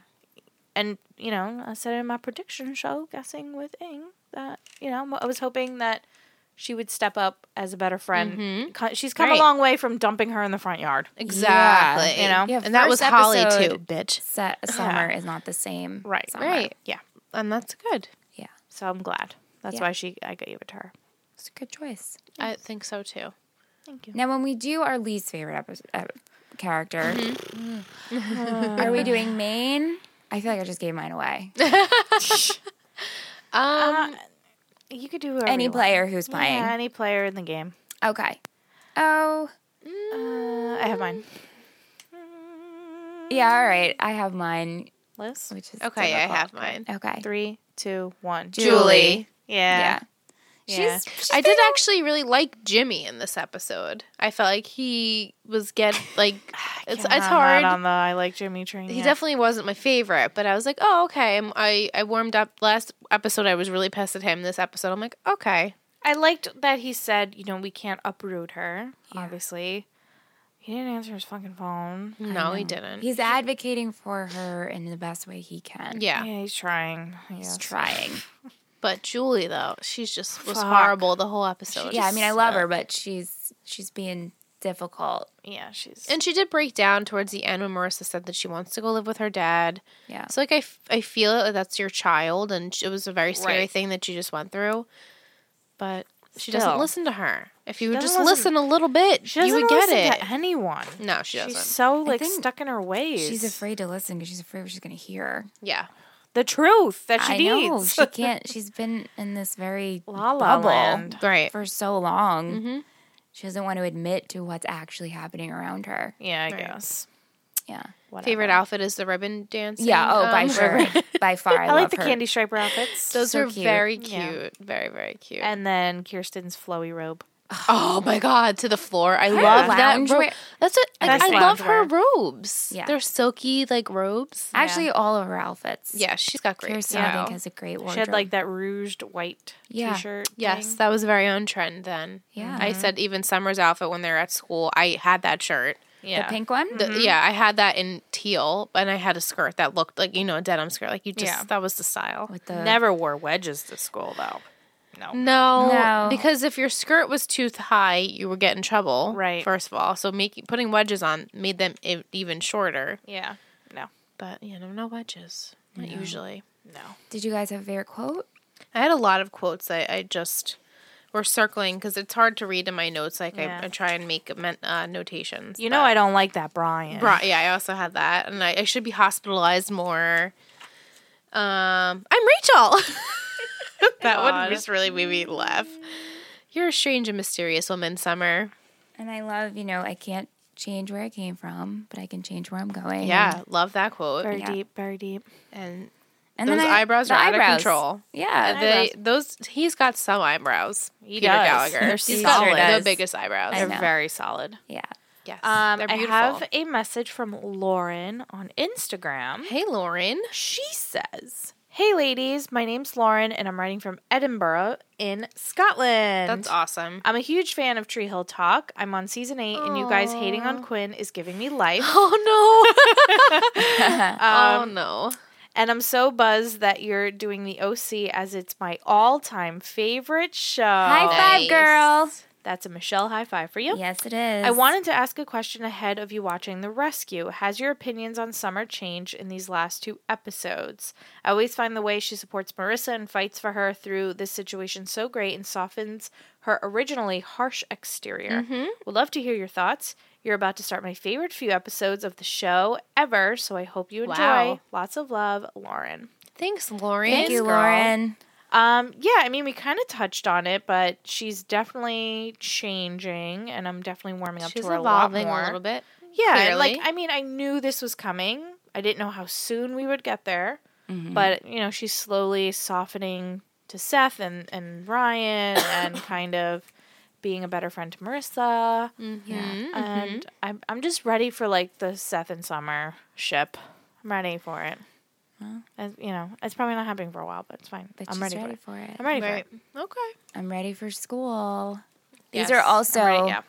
Speaker 2: and you know, I said in my prediction show, guessing with Ing, that you know, I was hoping that she would step up as a better friend. Co- She's come
Speaker 4: Mm-hmm. Right.
Speaker 2: a long way from dumping her in the front yard.
Speaker 4: Exactly.
Speaker 2: you know?
Speaker 3: Yeah,
Speaker 4: and that was
Speaker 3: first
Speaker 4: Holly too,
Speaker 3: episode-
Speaker 4: bitch.
Speaker 3: Set, summer is not the same.
Speaker 2: Right,
Speaker 3: summer.
Speaker 4: Right.
Speaker 2: Yeah.
Speaker 4: And that's good.
Speaker 3: Yeah.
Speaker 2: So I'm glad. That's
Speaker 3: Yeah.
Speaker 2: why she I gave it to her.
Speaker 3: It's a good choice.
Speaker 4: I think so too.
Speaker 3: Now, when we do our least favorite episode, uh, character, are we doing main? I feel like I just gave mine away.
Speaker 4: Um,
Speaker 2: You could do whoever
Speaker 3: Any
Speaker 2: you want.
Speaker 3: player who's playing.
Speaker 2: Yeah, any player in the game.
Speaker 3: Okay. Oh,
Speaker 2: Uh, I have mine.
Speaker 3: Yeah, all right. I have mine,
Speaker 2: Liz?
Speaker 3: which is
Speaker 4: Okay, I
Speaker 3: difficult.
Speaker 4: have mine.
Speaker 3: Okay.
Speaker 2: Three, two, one.
Speaker 4: Julie.
Speaker 2: Yeah.
Speaker 3: Yeah.
Speaker 2: She's-
Speaker 4: I did actually really like Jimmy in this episode. I felt like he was get like it's it's
Speaker 2: I'm
Speaker 4: hard.
Speaker 2: not on the I like Jimmy train.
Speaker 4: he
Speaker 2: yet.
Speaker 4: definitely wasn't my favorite, but I was like, oh okay. I'm, I I warmed up last episode. I was really pissed at him. This episode, I'm like, okay.
Speaker 2: I liked that he said, you know, we can't uproot her, obviously. He didn't answer his fucking phone.
Speaker 4: No, he didn't.
Speaker 3: He's advocating for her in the best way he can.
Speaker 4: yeah.
Speaker 2: Yeah, he's trying.
Speaker 3: He's
Speaker 2: Yes.
Speaker 3: trying.
Speaker 4: but Julie though, she's just was
Speaker 2: Fuck.
Speaker 4: horrible the whole episode.
Speaker 3: yeah, I mean, I love her, but she's she's being difficult.
Speaker 2: yeah, she's.
Speaker 4: And she did break down towards the end when Marissa said that she wants to go live with her dad.
Speaker 3: Yeah.
Speaker 4: So like I, f- I feel it, like that's your child, and sh- it was a very scary
Speaker 2: Right.
Speaker 4: thing that you just went through. But she
Speaker 2: Still.
Speaker 4: doesn't listen to her. If you would just
Speaker 2: doesn't
Speaker 4: listen a little bit,
Speaker 2: she
Speaker 4: you
Speaker 2: doesn't
Speaker 4: would get
Speaker 2: listen
Speaker 4: it.
Speaker 2: to anyone.
Speaker 4: no, she doesn't.
Speaker 2: She's so like
Speaker 3: think
Speaker 2: stuck in her ways.
Speaker 3: She's afraid to listen because she's afraid what she's going to hear.
Speaker 4: yeah,
Speaker 2: the truth that she
Speaker 3: I
Speaker 2: needs.
Speaker 3: know she can't. She's been in this very
Speaker 2: La La
Speaker 3: bubble
Speaker 2: Land.
Speaker 4: right.
Speaker 3: for so long. She doesn't want to admit to what's actually happening around her.
Speaker 2: yeah, I
Speaker 4: Right.
Speaker 2: guess.
Speaker 3: Yeah.
Speaker 4: Favorite outfit is the ribbon dance.
Speaker 3: Yeah. Oh, by
Speaker 4: um,
Speaker 3: sure. by far. I,
Speaker 2: I, like
Speaker 3: love
Speaker 2: the
Speaker 3: her.
Speaker 2: candy striper outfits.
Speaker 4: Those
Speaker 3: So
Speaker 4: are
Speaker 3: cute.
Speaker 4: very cute.
Speaker 2: Yeah.
Speaker 4: Very very cute.
Speaker 2: and then Kirsten's flowy robe.
Speaker 4: oh my god, to the floor. I love that.
Speaker 3: loungewear-
Speaker 4: Robe. That's what I,
Speaker 2: That's
Speaker 4: I love her
Speaker 2: loungewear.
Speaker 4: robes.
Speaker 3: Yeah.
Speaker 4: they're silky like robes.
Speaker 3: Actually, all of her outfits.
Speaker 4: Yeah, she's got great
Speaker 3: Kirsten, I
Speaker 4: style.
Speaker 3: think, has a great wardrobe.
Speaker 2: She had like that rouged white
Speaker 3: Yeah.
Speaker 2: t-shirt.
Speaker 4: Yes,
Speaker 2: thing.
Speaker 4: that was very on trend then.
Speaker 3: Yeah.
Speaker 4: I said even Summer's outfit when they were at school, I had that shirt.
Speaker 2: yeah.
Speaker 3: pink one.
Speaker 4: The- Yeah, I had that in teal, and I had a skirt that looked like you know a denim skirt. Like you just
Speaker 2: Yeah.
Speaker 4: that was the style.
Speaker 3: with the
Speaker 2: Oh, Never wore wedges to school though. No.
Speaker 4: No,
Speaker 3: No.
Speaker 4: because if your skirt was too th- high, you would get in trouble.
Speaker 2: Right.
Speaker 4: First of all, so making putting wedges on made them e- even shorter.
Speaker 2: Yeah. No.
Speaker 4: But you know, no wedges, not usually.
Speaker 2: No.
Speaker 3: Did you guys have a favorite quote?
Speaker 4: I had a lot of quotes. I, I just were circling because it's hard to read in my notes. Like
Speaker 2: Yeah.
Speaker 4: I, I try and make amen- uh, notations.
Speaker 2: You know
Speaker 4: but-
Speaker 2: I don't like that Brian.
Speaker 4: Right. Yeah, I also had that, and I, I should be hospitalized more. Um, I'm Rachel. that one just really made me laugh. You're a strange and mysterious woman, Summer.
Speaker 3: And I love, you know, I can't change where I came from, but I can change where I'm going.
Speaker 4: Yeah, love that quote.
Speaker 2: Very
Speaker 3: Yeah.
Speaker 2: deep, very deep.
Speaker 4: And
Speaker 3: And
Speaker 4: those
Speaker 3: then I-
Speaker 4: eyebrows
Speaker 3: the
Speaker 4: are out
Speaker 3: eyebrows.
Speaker 4: of control.
Speaker 3: Yeah.
Speaker 4: Uh, They, those he's got some eyebrows.
Speaker 2: He
Speaker 4: Peter
Speaker 2: does.
Speaker 4: Gallagher.
Speaker 2: They're
Speaker 4: he's
Speaker 3: solid.
Speaker 4: got the
Speaker 3: does.
Speaker 4: biggest eyebrows.
Speaker 3: I
Speaker 2: They're
Speaker 3: know.
Speaker 2: very solid.
Speaker 3: yeah.
Speaker 4: Yes,
Speaker 2: Um,
Speaker 4: they're
Speaker 2: I
Speaker 4: beautiful.
Speaker 2: have a message from Lauren on Instagram.
Speaker 4: hey, Lauren.
Speaker 2: She says, "Hey ladies, my name's Lauren and I'm writing from Edinburgh in Scotland.
Speaker 4: That's awesome.
Speaker 2: I'm a huge fan of Tree Hill Talk. I'm on season 8 and you guys hating on Quinn is giving me life."
Speaker 4: Oh no. oh no.
Speaker 2: And I'm so buzzed that you're doing the OC as it's my all time favorite show.
Speaker 3: High five,
Speaker 4: Nice.
Speaker 3: girl.
Speaker 2: That's a Michelle high five for you.
Speaker 3: Yes, it is.
Speaker 2: I wanted to ask a question ahead of you watching The Rescue. Has your opinions on Summer changed in these last two episodes? I always find the way she supports Marissa and fights for her through this situation so great and softens her originally harsh exterior.
Speaker 3: Mm-hmm.
Speaker 2: Would love to hear your thoughts. You're about to start my favorite few episodes of the show ever, so I hope you enjoy.
Speaker 4: Wow.
Speaker 2: Lots of love, Lauren.
Speaker 4: Thanks, Lauren.
Speaker 3: Thank you, Lauren.
Speaker 2: Um, yeah, I mean, we kind of touched on it, but she's definitely changing, and I'm definitely warming up
Speaker 4: She's
Speaker 2: to her a
Speaker 4: evolving a,
Speaker 2: lot more.
Speaker 4: little bit.
Speaker 2: Yeah, and, like
Speaker 4: clearly.
Speaker 2: I mean, I knew this was coming. I didn't know how soon we would get there,
Speaker 4: Mm-hmm.
Speaker 2: but you know, she's slowly softening to Seth and and Ryan, and kind of being a better friend to Marissa.
Speaker 4: Mm-hmm.
Speaker 3: Yeah.
Speaker 2: And I'm I'm just ready for like the Seth and Summer ship. I'm ready for it. As- you know, it's probably not happening for a while, but it's fine.
Speaker 3: But
Speaker 2: I'm
Speaker 3: she's
Speaker 2: ready,
Speaker 3: ready,
Speaker 2: for it.
Speaker 3: for it.
Speaker 2: I'm ready
Speaker 4: Right.
Speaker 2: for it.
Speaker 4: Okay.
Speaker 3: I'm ready for school. These
Speaker 4: Yes,
Speaker 3: are
Speaker 4: I'm
Speaker 3: also
Speaker 2: Right, yeah.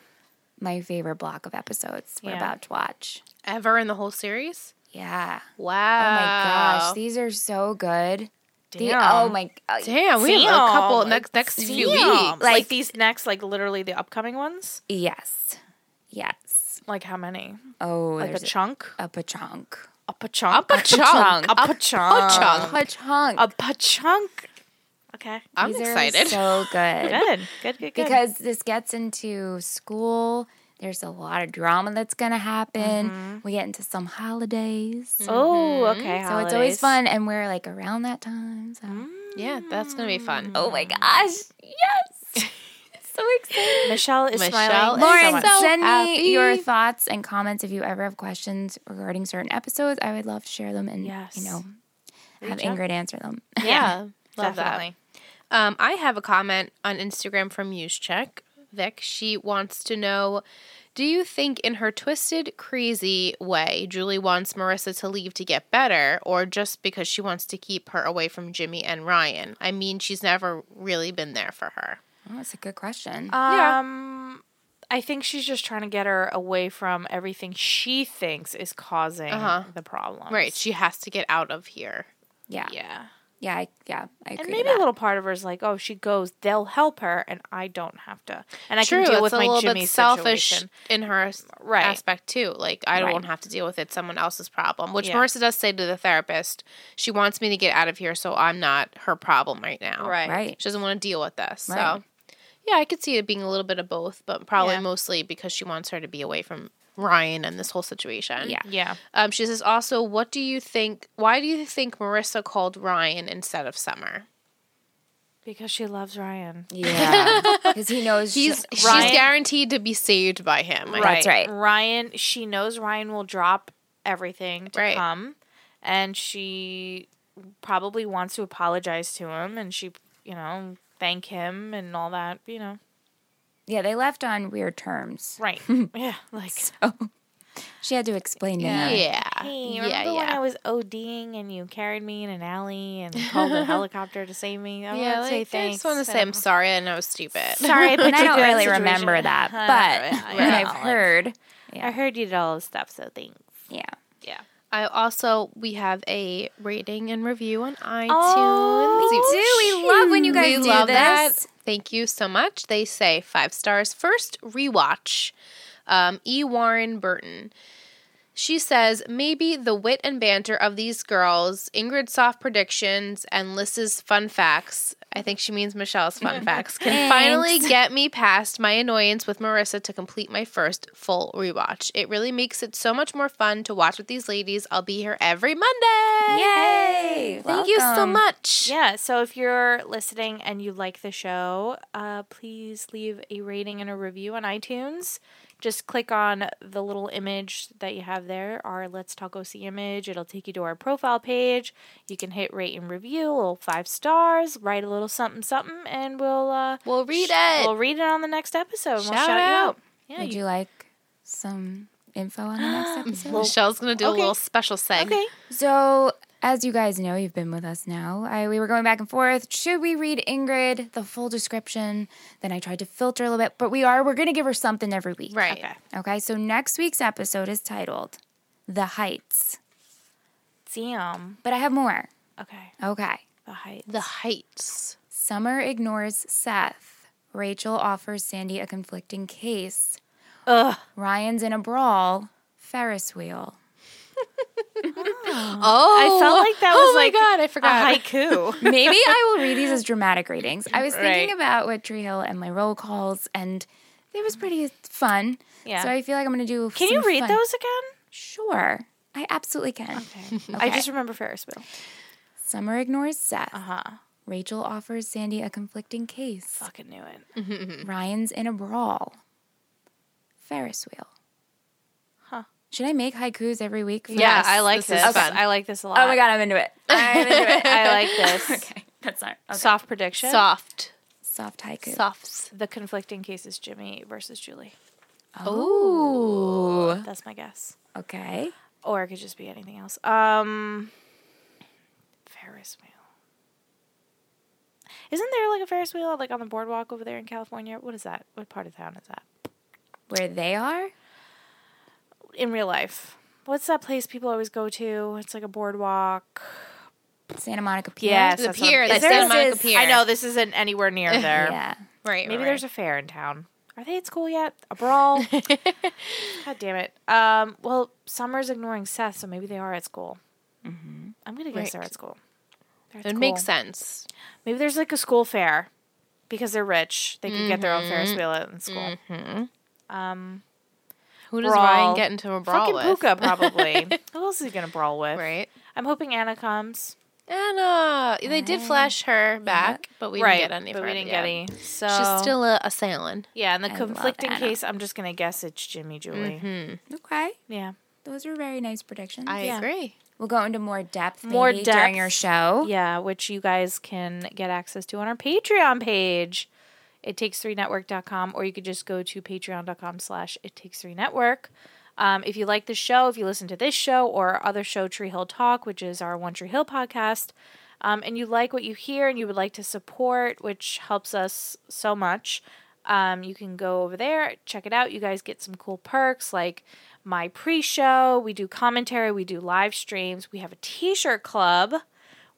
Speaker 3: my favorite block of episodes we're
Speaker 2: Yeah.
Speaker 3: about to watch.
Speaker 4: Ever in the whole series?
Speaker 3: Yeah.
Speaker 4: Wow.
Speaker 3: Oh my gosh, these are so good. The- oh
Speaker 2: Damn.
Speaker 3: my god.
Speaker 4: Damn, we have a couple
Speaker 2: Damn.
Speaker 4: next next few
Speaker 2: Damn.
Speaker 4: weeks.
Speaker 2: Um, Like,
Speaker 3: Like-
Speaker 2: these next, like literally the upcoming ones.
Speaker 3: Yes. Yes.
Speaker 2: Like how many?
Speaker 3: Oh,
Speaker 2: Like a
Speaker 3: there's
Speaker 2: chunk.
Speaker 3: a pachunk.
Speaker 2: Up a chunk.
Speaker 4: Up a chunk.
Speaker 2: Up a chunk.
Speaker 4: A
Speaker 3: um,
Speaker 4: chunk.
Speaker 3: Pachunk.
Speaker 2: Up a chunk. Okay.
Speaker 4: I'm
Speaker 3: These are
Speaker 4: excited.
Speaker 3: So good.
Speaker 2: Good. Good. Good. Good.
Speaker 3: because this gets into school. There's a lot of drama that's going to happen. We get into some holidays.
Speaker 2: oh, okay.
Speaker 3: Mm-hmm. So it's always fun. And we're like around that time. So.
Speaker 4: yeah, that's gonna be fun.
Speaker 3: Oh my gosh. Yes. so excited.
Speaker 2: Michelle is
Speaker 4: Michelle
Speaker 2: smiling.
Speaker 4: is
Speaker 2: so
Speaker 3: Lauren,
Speaker 2: much.
Speaker 4: so
Speaker 3: send
Speaker 4: happy.
Speaker 3: me your thoughts and comments if you ever have questions regarding certain episodes. I would love to share them and
Speaker 2: Yes.
Speaker 3: you know have
Speaker 2: Reach out.
Speaker 3: Ingrid answer them.
Speaker 4: Yeah. Love that.
Speaker 2: definitely.
Speaker 4: Um, I have a comment on Instagram from Usecheck. Vic, she wants to know Do you think, in her twisted, crazy way, Julie wants Marissa to leave to get better, or just because she wants to keep her away from Jimmy and Ryan? I mean, she's never really been there for her.
Speaker 3: Oh, that's a good question.
Speaker 2: Um, I think she's just trying to get her away from everything she thinks is causing the problem.
Speaker 4: Right. She has to get out of here.
Speaker 3: yeah. Yeah.
Speaker 2: Yeah.
Speaker 3: I, yeah. I agree.
Speaker 2: And
Speaker 3: with
Speaker 2: maybe a
Speaker 3: that.
Speaker 2: little part of her is like, oh, she goes, they'll help her, and I don't have to. And I
Speaker 4: True,
Speaker 2: can deal
Speaker 4: it's
Speaker 2: with
Speaker 4: a
Speaker 2: my
Speaker 4: little
Speaker 2: Jimmy
Speaker 4: bit selfish
Speaker 2: situation.
Speaker 4: in her s-
Speaker 2: Right.
Speaker 4: aspect too. Like I
Speaker 3: Right.
Speaker 4: won't have to deal with it; someone else's problem. Which
Speaker 2: Yeah.
Speaker 4: Marissa does say to the therapist, she wants me to get out of here, so I'm not her problem right now.
Speaker 3: Right.
Speaker 4: She doesn't want to deal with this.
Speaker 3: Right.
Speaker 4: So, yeah, I could see it being a little bit of both, but probably
Speaker 2: Yeah.
Speaker 4: mostly because she wants her to be away from Ryan and this whole situation.
Speaker 3: Yeah.
Speaker 2: Yeah.
Speaker 4: Um, she says also, what do you think? Why do you think Marissa called Ryan instead of Summer?
Speaker 2: Because she loves Ryan.
Speaker 3: Yeah. Because he knows
Speaker 4: He's she's
Speaker 2: Ryan-
Speaker 4: guaranteed to be saved by him. I
Speaker 3: That's right.
Speaker 2: Ryan, she knows Ryan will drop everything to
Speaker 4: Right.
Speaker 2: come, and she probably wants to apologize to him, and she, you know, thank him and all that, you know.
Speaker 3: Yeah, they left on weird terms.
Speaker 2: Right. yeah. Like,
Speaker 3: She had to explain to him.
Speaker 4: Yeah.
Speaker 2: hey,
Speaker 4: yeah,
Speaker 2: remember when
Speaker 4: yeah.
Speaker 2: I was ODing and you carried me in an alley and called a helicopter to save me? I
Speaker 4: yeah,
Speaker 2: want to say
Speaker 4: like, I
Speaker 2: thanks.
Speaker 4: just want to say I'm sorry and I was stupid.
Speaker 2: sorry. I put
Speaker 3: And I
Speaker 2: you
Speaker 3: don't
Speaker 2: through that
Speaker 3: really
Speaker 2: situation. Uh-huh.
Speaker 3: remember that, but what I've heard.
Speaker 2: I heard you did all this stuff, so thanks.
Speaker 3: Yeah.
Speaker 2: Yeah.
Speaker 4: I also we have a rating and review on iTunes.
Speaker 2: Oh,
Speaker 3: do. We love when you guys do this.
Speaker 4: Thank you so much. They say five stars. First rewatch. Um, e. Warren Burton. She says maybe the wit and banter of these girls, Ingrid's soft predictions, and Liz's fun facts. I think she means Michelle's fun facts can finally get me past my annoyance with Marissa to complete my first full rewatch. It really makes it so much more fun to watch with these ladies. I'll be here every Monday.
Speaker 3: Yay.
Speaker 4: Thank you so
Speaker 3: Welcome.
Speaker 4: much.
Speaker 2: Yeah, so if you're listening and you like the show, uh, please leave a rating and a review on iTunes. Just click on the little image that you have there, our Let's Talk OC image. It'll take you to our profile page. You can hit rate and review, little five stars, write a little something something, and we'll uh,
Speaker 4: We'll read
Speaker 2: sh-
Speaker 4: it.
Speaker 2: We'll read it on the next episode. And we'll
Speaker 4: Shout
Speaker 2: shout you
Speaker 4: out.
Speaker 2: out. Yeah,
Speaker 3: Would
Speaker 2: you-
Speaker 3: you like some info on the next episode?
Speaker 4: Michelle's gonna do a
Speaker 2: Okay.
Speaker 4: little special seg.
Speaker 2: okay.
Speaker 3: So, as you guys know, you've been with us now. I, we were going back and forth. Should we read Ingrid the full description? Then I tried to filter a little bit, but we are we're going to give her something every week.
Speaker 4: Right.
Speaker 2: Okay.
Speaker 3: Okay. So next week's episode is titled "The Heights,"
Speaker 2: Damn.
Speaker 3: but I have more.
Speaker 2: Okay.
Speaker 3: Okay.
Speaker 2: The height.
Speaker 4: The heights.
Speaker 3: Summer ignores Seth. Rachel offers Sandy a conflicting case. Ugh. Ryan's in a brawl. Ferris wheel.
Speaker 4: Oh,
Speaker 2: I felt like that was
Speaker 4: oh my
Speaker 2: like
Speaker 4: god, I forgot.
Speaker 2: a haiku.
Speaker 3: Maybe I will read these as dramatic readings. I was thinking
Speaker 2: Right.
Speaker 3: about what Tree Hill and my roll calls, and it was pretty fun.
Speaker 2: Yeah.
Speaker 3: So I feel like I'm going to do.
Speaker 2: Can you
Speaker 3: some
Speaker 2: read
Speaker 3: fun-
Speaker 2: those again?
Speaker 3: Sure. I absolutely can.
Speaker 2: I
Speaker 3: Okay.
Speaker 2: just remember Ferris wheel.
Speaker 3: Summer ignores Seth.
Speaker 2: Uh-huh.
Speaker 3: Rachel offers Sandy a conflicting case.
Speaker 2: Fucking knew it.
Speaker 3: Ryan's in a brawl. Ferris wheel.
Speaker 2: Huh.
Speaker 3: Should I make haikus every week? for
Speaker 4: Yeah,
Speaker 3: us?
Speaker 4: I like
Speaker 2: This
Speaker 4: this.
Speaker 2: is- I like this a lot.
Speaker 3: Oh my god, I'm into it. I'm into it.
Speaker 2: I like this.
Speaker 3: okay, that's not okay.
Speaker 2: Soft prediction.
Speaker 4: Soft,
Speaker 3: soft haiku.
Speaker 4: softs.
Speaker 2: The conflicting cases Jimmy versus Julie.
Speaker 3: Oh.
Speaker 2: That's my guess.
Speaker 3: Okay.
Speaker 2: Or it could just be anything else. Um Ferris wheel. Isn't there like a Ferris wheel like on the boardwalk over there in California? What is that? What part of town is that?
Speaker 3: Where they are?
Speaker 2: In real life. What's that place people always go to? It's like a boardwalk.
Speaker 3: Santa Monica Pier.
Speaker 2: Yes.
Speaker 4: The
Speaker 2: That's what-
Speaker 4: pier,
Speaker 2: Is
Speaker 4: the
Speaker 2: there-
Speaker 4: Santa Monica
Speaker 3: this is-
Speaker 4: pier.
Speaker 2: I know this isn't anywhere near there.
Speaker 3: Yeah.
Speaker 4: Right.
Speaker 2: Maybe there's a fair in town. Are they at school yet? A brawl? God damn it. Um, well, Summer's ignoring Seth, so maybe they are at school. I'm going to guess
Speaker 4: Mm-hmm. Right.
Speaker 2: they're at school. They're at
Speaker 4: It
Speaker 2: school.
Speaker 4: makes sense.
Speaker 2: Maybe there's like a school fair because they're rich. They can get their own Ferris wheel out in school.
Speaker 4: Mm-hmm. Who does
Speaker 2: Brawl.
Speaker 4: Ryan get into a brawl
Speaker 2: Fucking
Speaker 4: with?
Speaker 2: Puka, probably. Who else is he going to brawl with?
Speaker 4: Right.
Speaker 2: I'm hoping Anna comes.
Speaker 4: Anna. They did flash her back, but we
Speaker 2: right,
Speaker 4: didn't get any.
Speaker 2: but
Speaker 4: for
Speaker 2: we
Speaker 4: it,
Speaker 2: didn't
Speaker 4: yeah.
Speaker 2: get any. Oh. So
Speaker 4: She's still a, a sailing.
Speaker 2: yeah. In the
Speaker 3: I love
Speaker 2: conflicting
Speaker 3: Anna.
Speaker 2: case, I'm just gonna guess it's Jimmy Julie.
Speaker 4: Mm-hmm.
Speaker 3: Okay.
Speaker 2: Yeah,
Speaker 3: Those are very nice predictions.
Speaker 4: I agree.
Speaker 3: We'll go into more depth
Speaker 2: More
Speaker 3: maybe during
Speaker 2: depth.
Speaker 3: your show.
Speaker 2: yeah. Which you guys can get access to on our Patreon page. It takes three network.com, or you could just go to patreon.com slash it takes three network. Um, if you like the show, if you listen to this show or our other show, Tree Hill Talk, which is our One Tree Hill podcast, um, and you like what you hear and you would like to support, which helps us so much, um, you can go over there, check it out. You guys get some cool perks like my pre show, we do commentary, we do live streams, we have a t shirt club.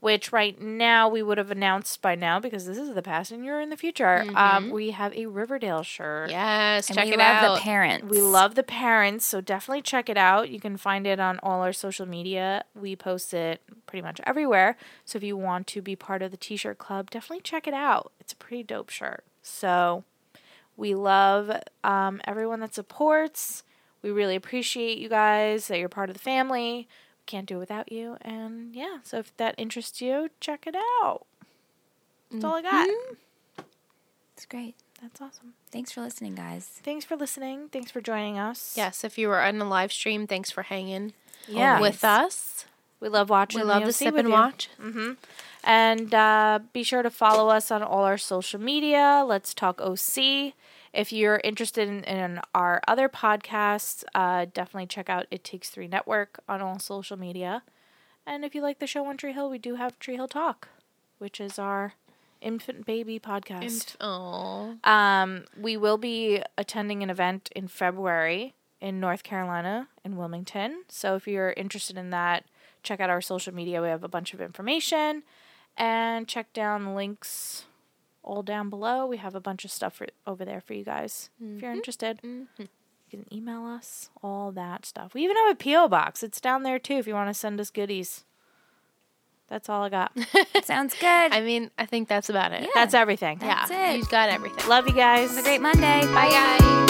Speaker 2: Which right now we would have announced by now because this is the past and you're in the future. Um, we have a Riverdale shirt.
Speaker 4: Yes,
Speaker 3: And
Speaker 4: check
Speaker 3: we
Speaker 4: it
Speaker 3: love
Speaker 4: out.
Speaker 3: the parents.
Speaker 2: We love the parents, so definitely check it out. You can find it on all our social media. We post it pretty much everywhere. So if you want to be part of the t shirt club, definitely check it out. It's a pretty dope shirt. So we love um, everyone that supports. We really appreciate you guys that you're part of the family. We can't do it without you. And yeah, so if that interests you, check it out. That's all I got.
Speaker 3: It's great.
Speaker 2: That's awesome.
Speaker 3: Thanks for listening, guys.
Speaker 2: Thanks for listening. Thanks for joining us.
Speaker 4: yes, if you were on the live stream, thanks for hanging
Speaker 2: Yeah.
Speaker 4: with us.
Speaker 2: we love watching.
Speaker 4: We love
Speaker 2: VOC
Speaker 4: the sip
Speaker 2: with
Speaker 4: and
Speaker 2: you.
Speaker 4: watch.
Speaker 2: And uh, be sure to follow us on all our social media. Let's Talk OC. If you're interested in, in our other podcasts, uh, definitely check out It Takes Three Network on all social media. And if you like the show on Tree Hill, we do have Tree Hill Talk, which is our infant baby podcast.
Speaker 4: Oh,
Speaker 2: Um, we will be attending an event in February in North Carolina in Wilmington. So if you're interested in that, check out our social media. We have a bunch of information and check down the links all down below. We have a bunch of stuff for, over there for you guys. If you're interested, you can email us, all that stuff. We even have a P.O. box. It's down there too if you want to send us goodies. That's all I got.
Speaker 3: Sounds good.
Speaker 4: I mean, I think that's about it.
Speaker 2: That's everything.
Speaker 4: yeah,
Speaker 3: That's it.
Speaker 4: you've got everything.
Speaker 2: Love you guys.
Speaker 3: Have a great Monday. Bye, guys.
Speaker 4: Bye.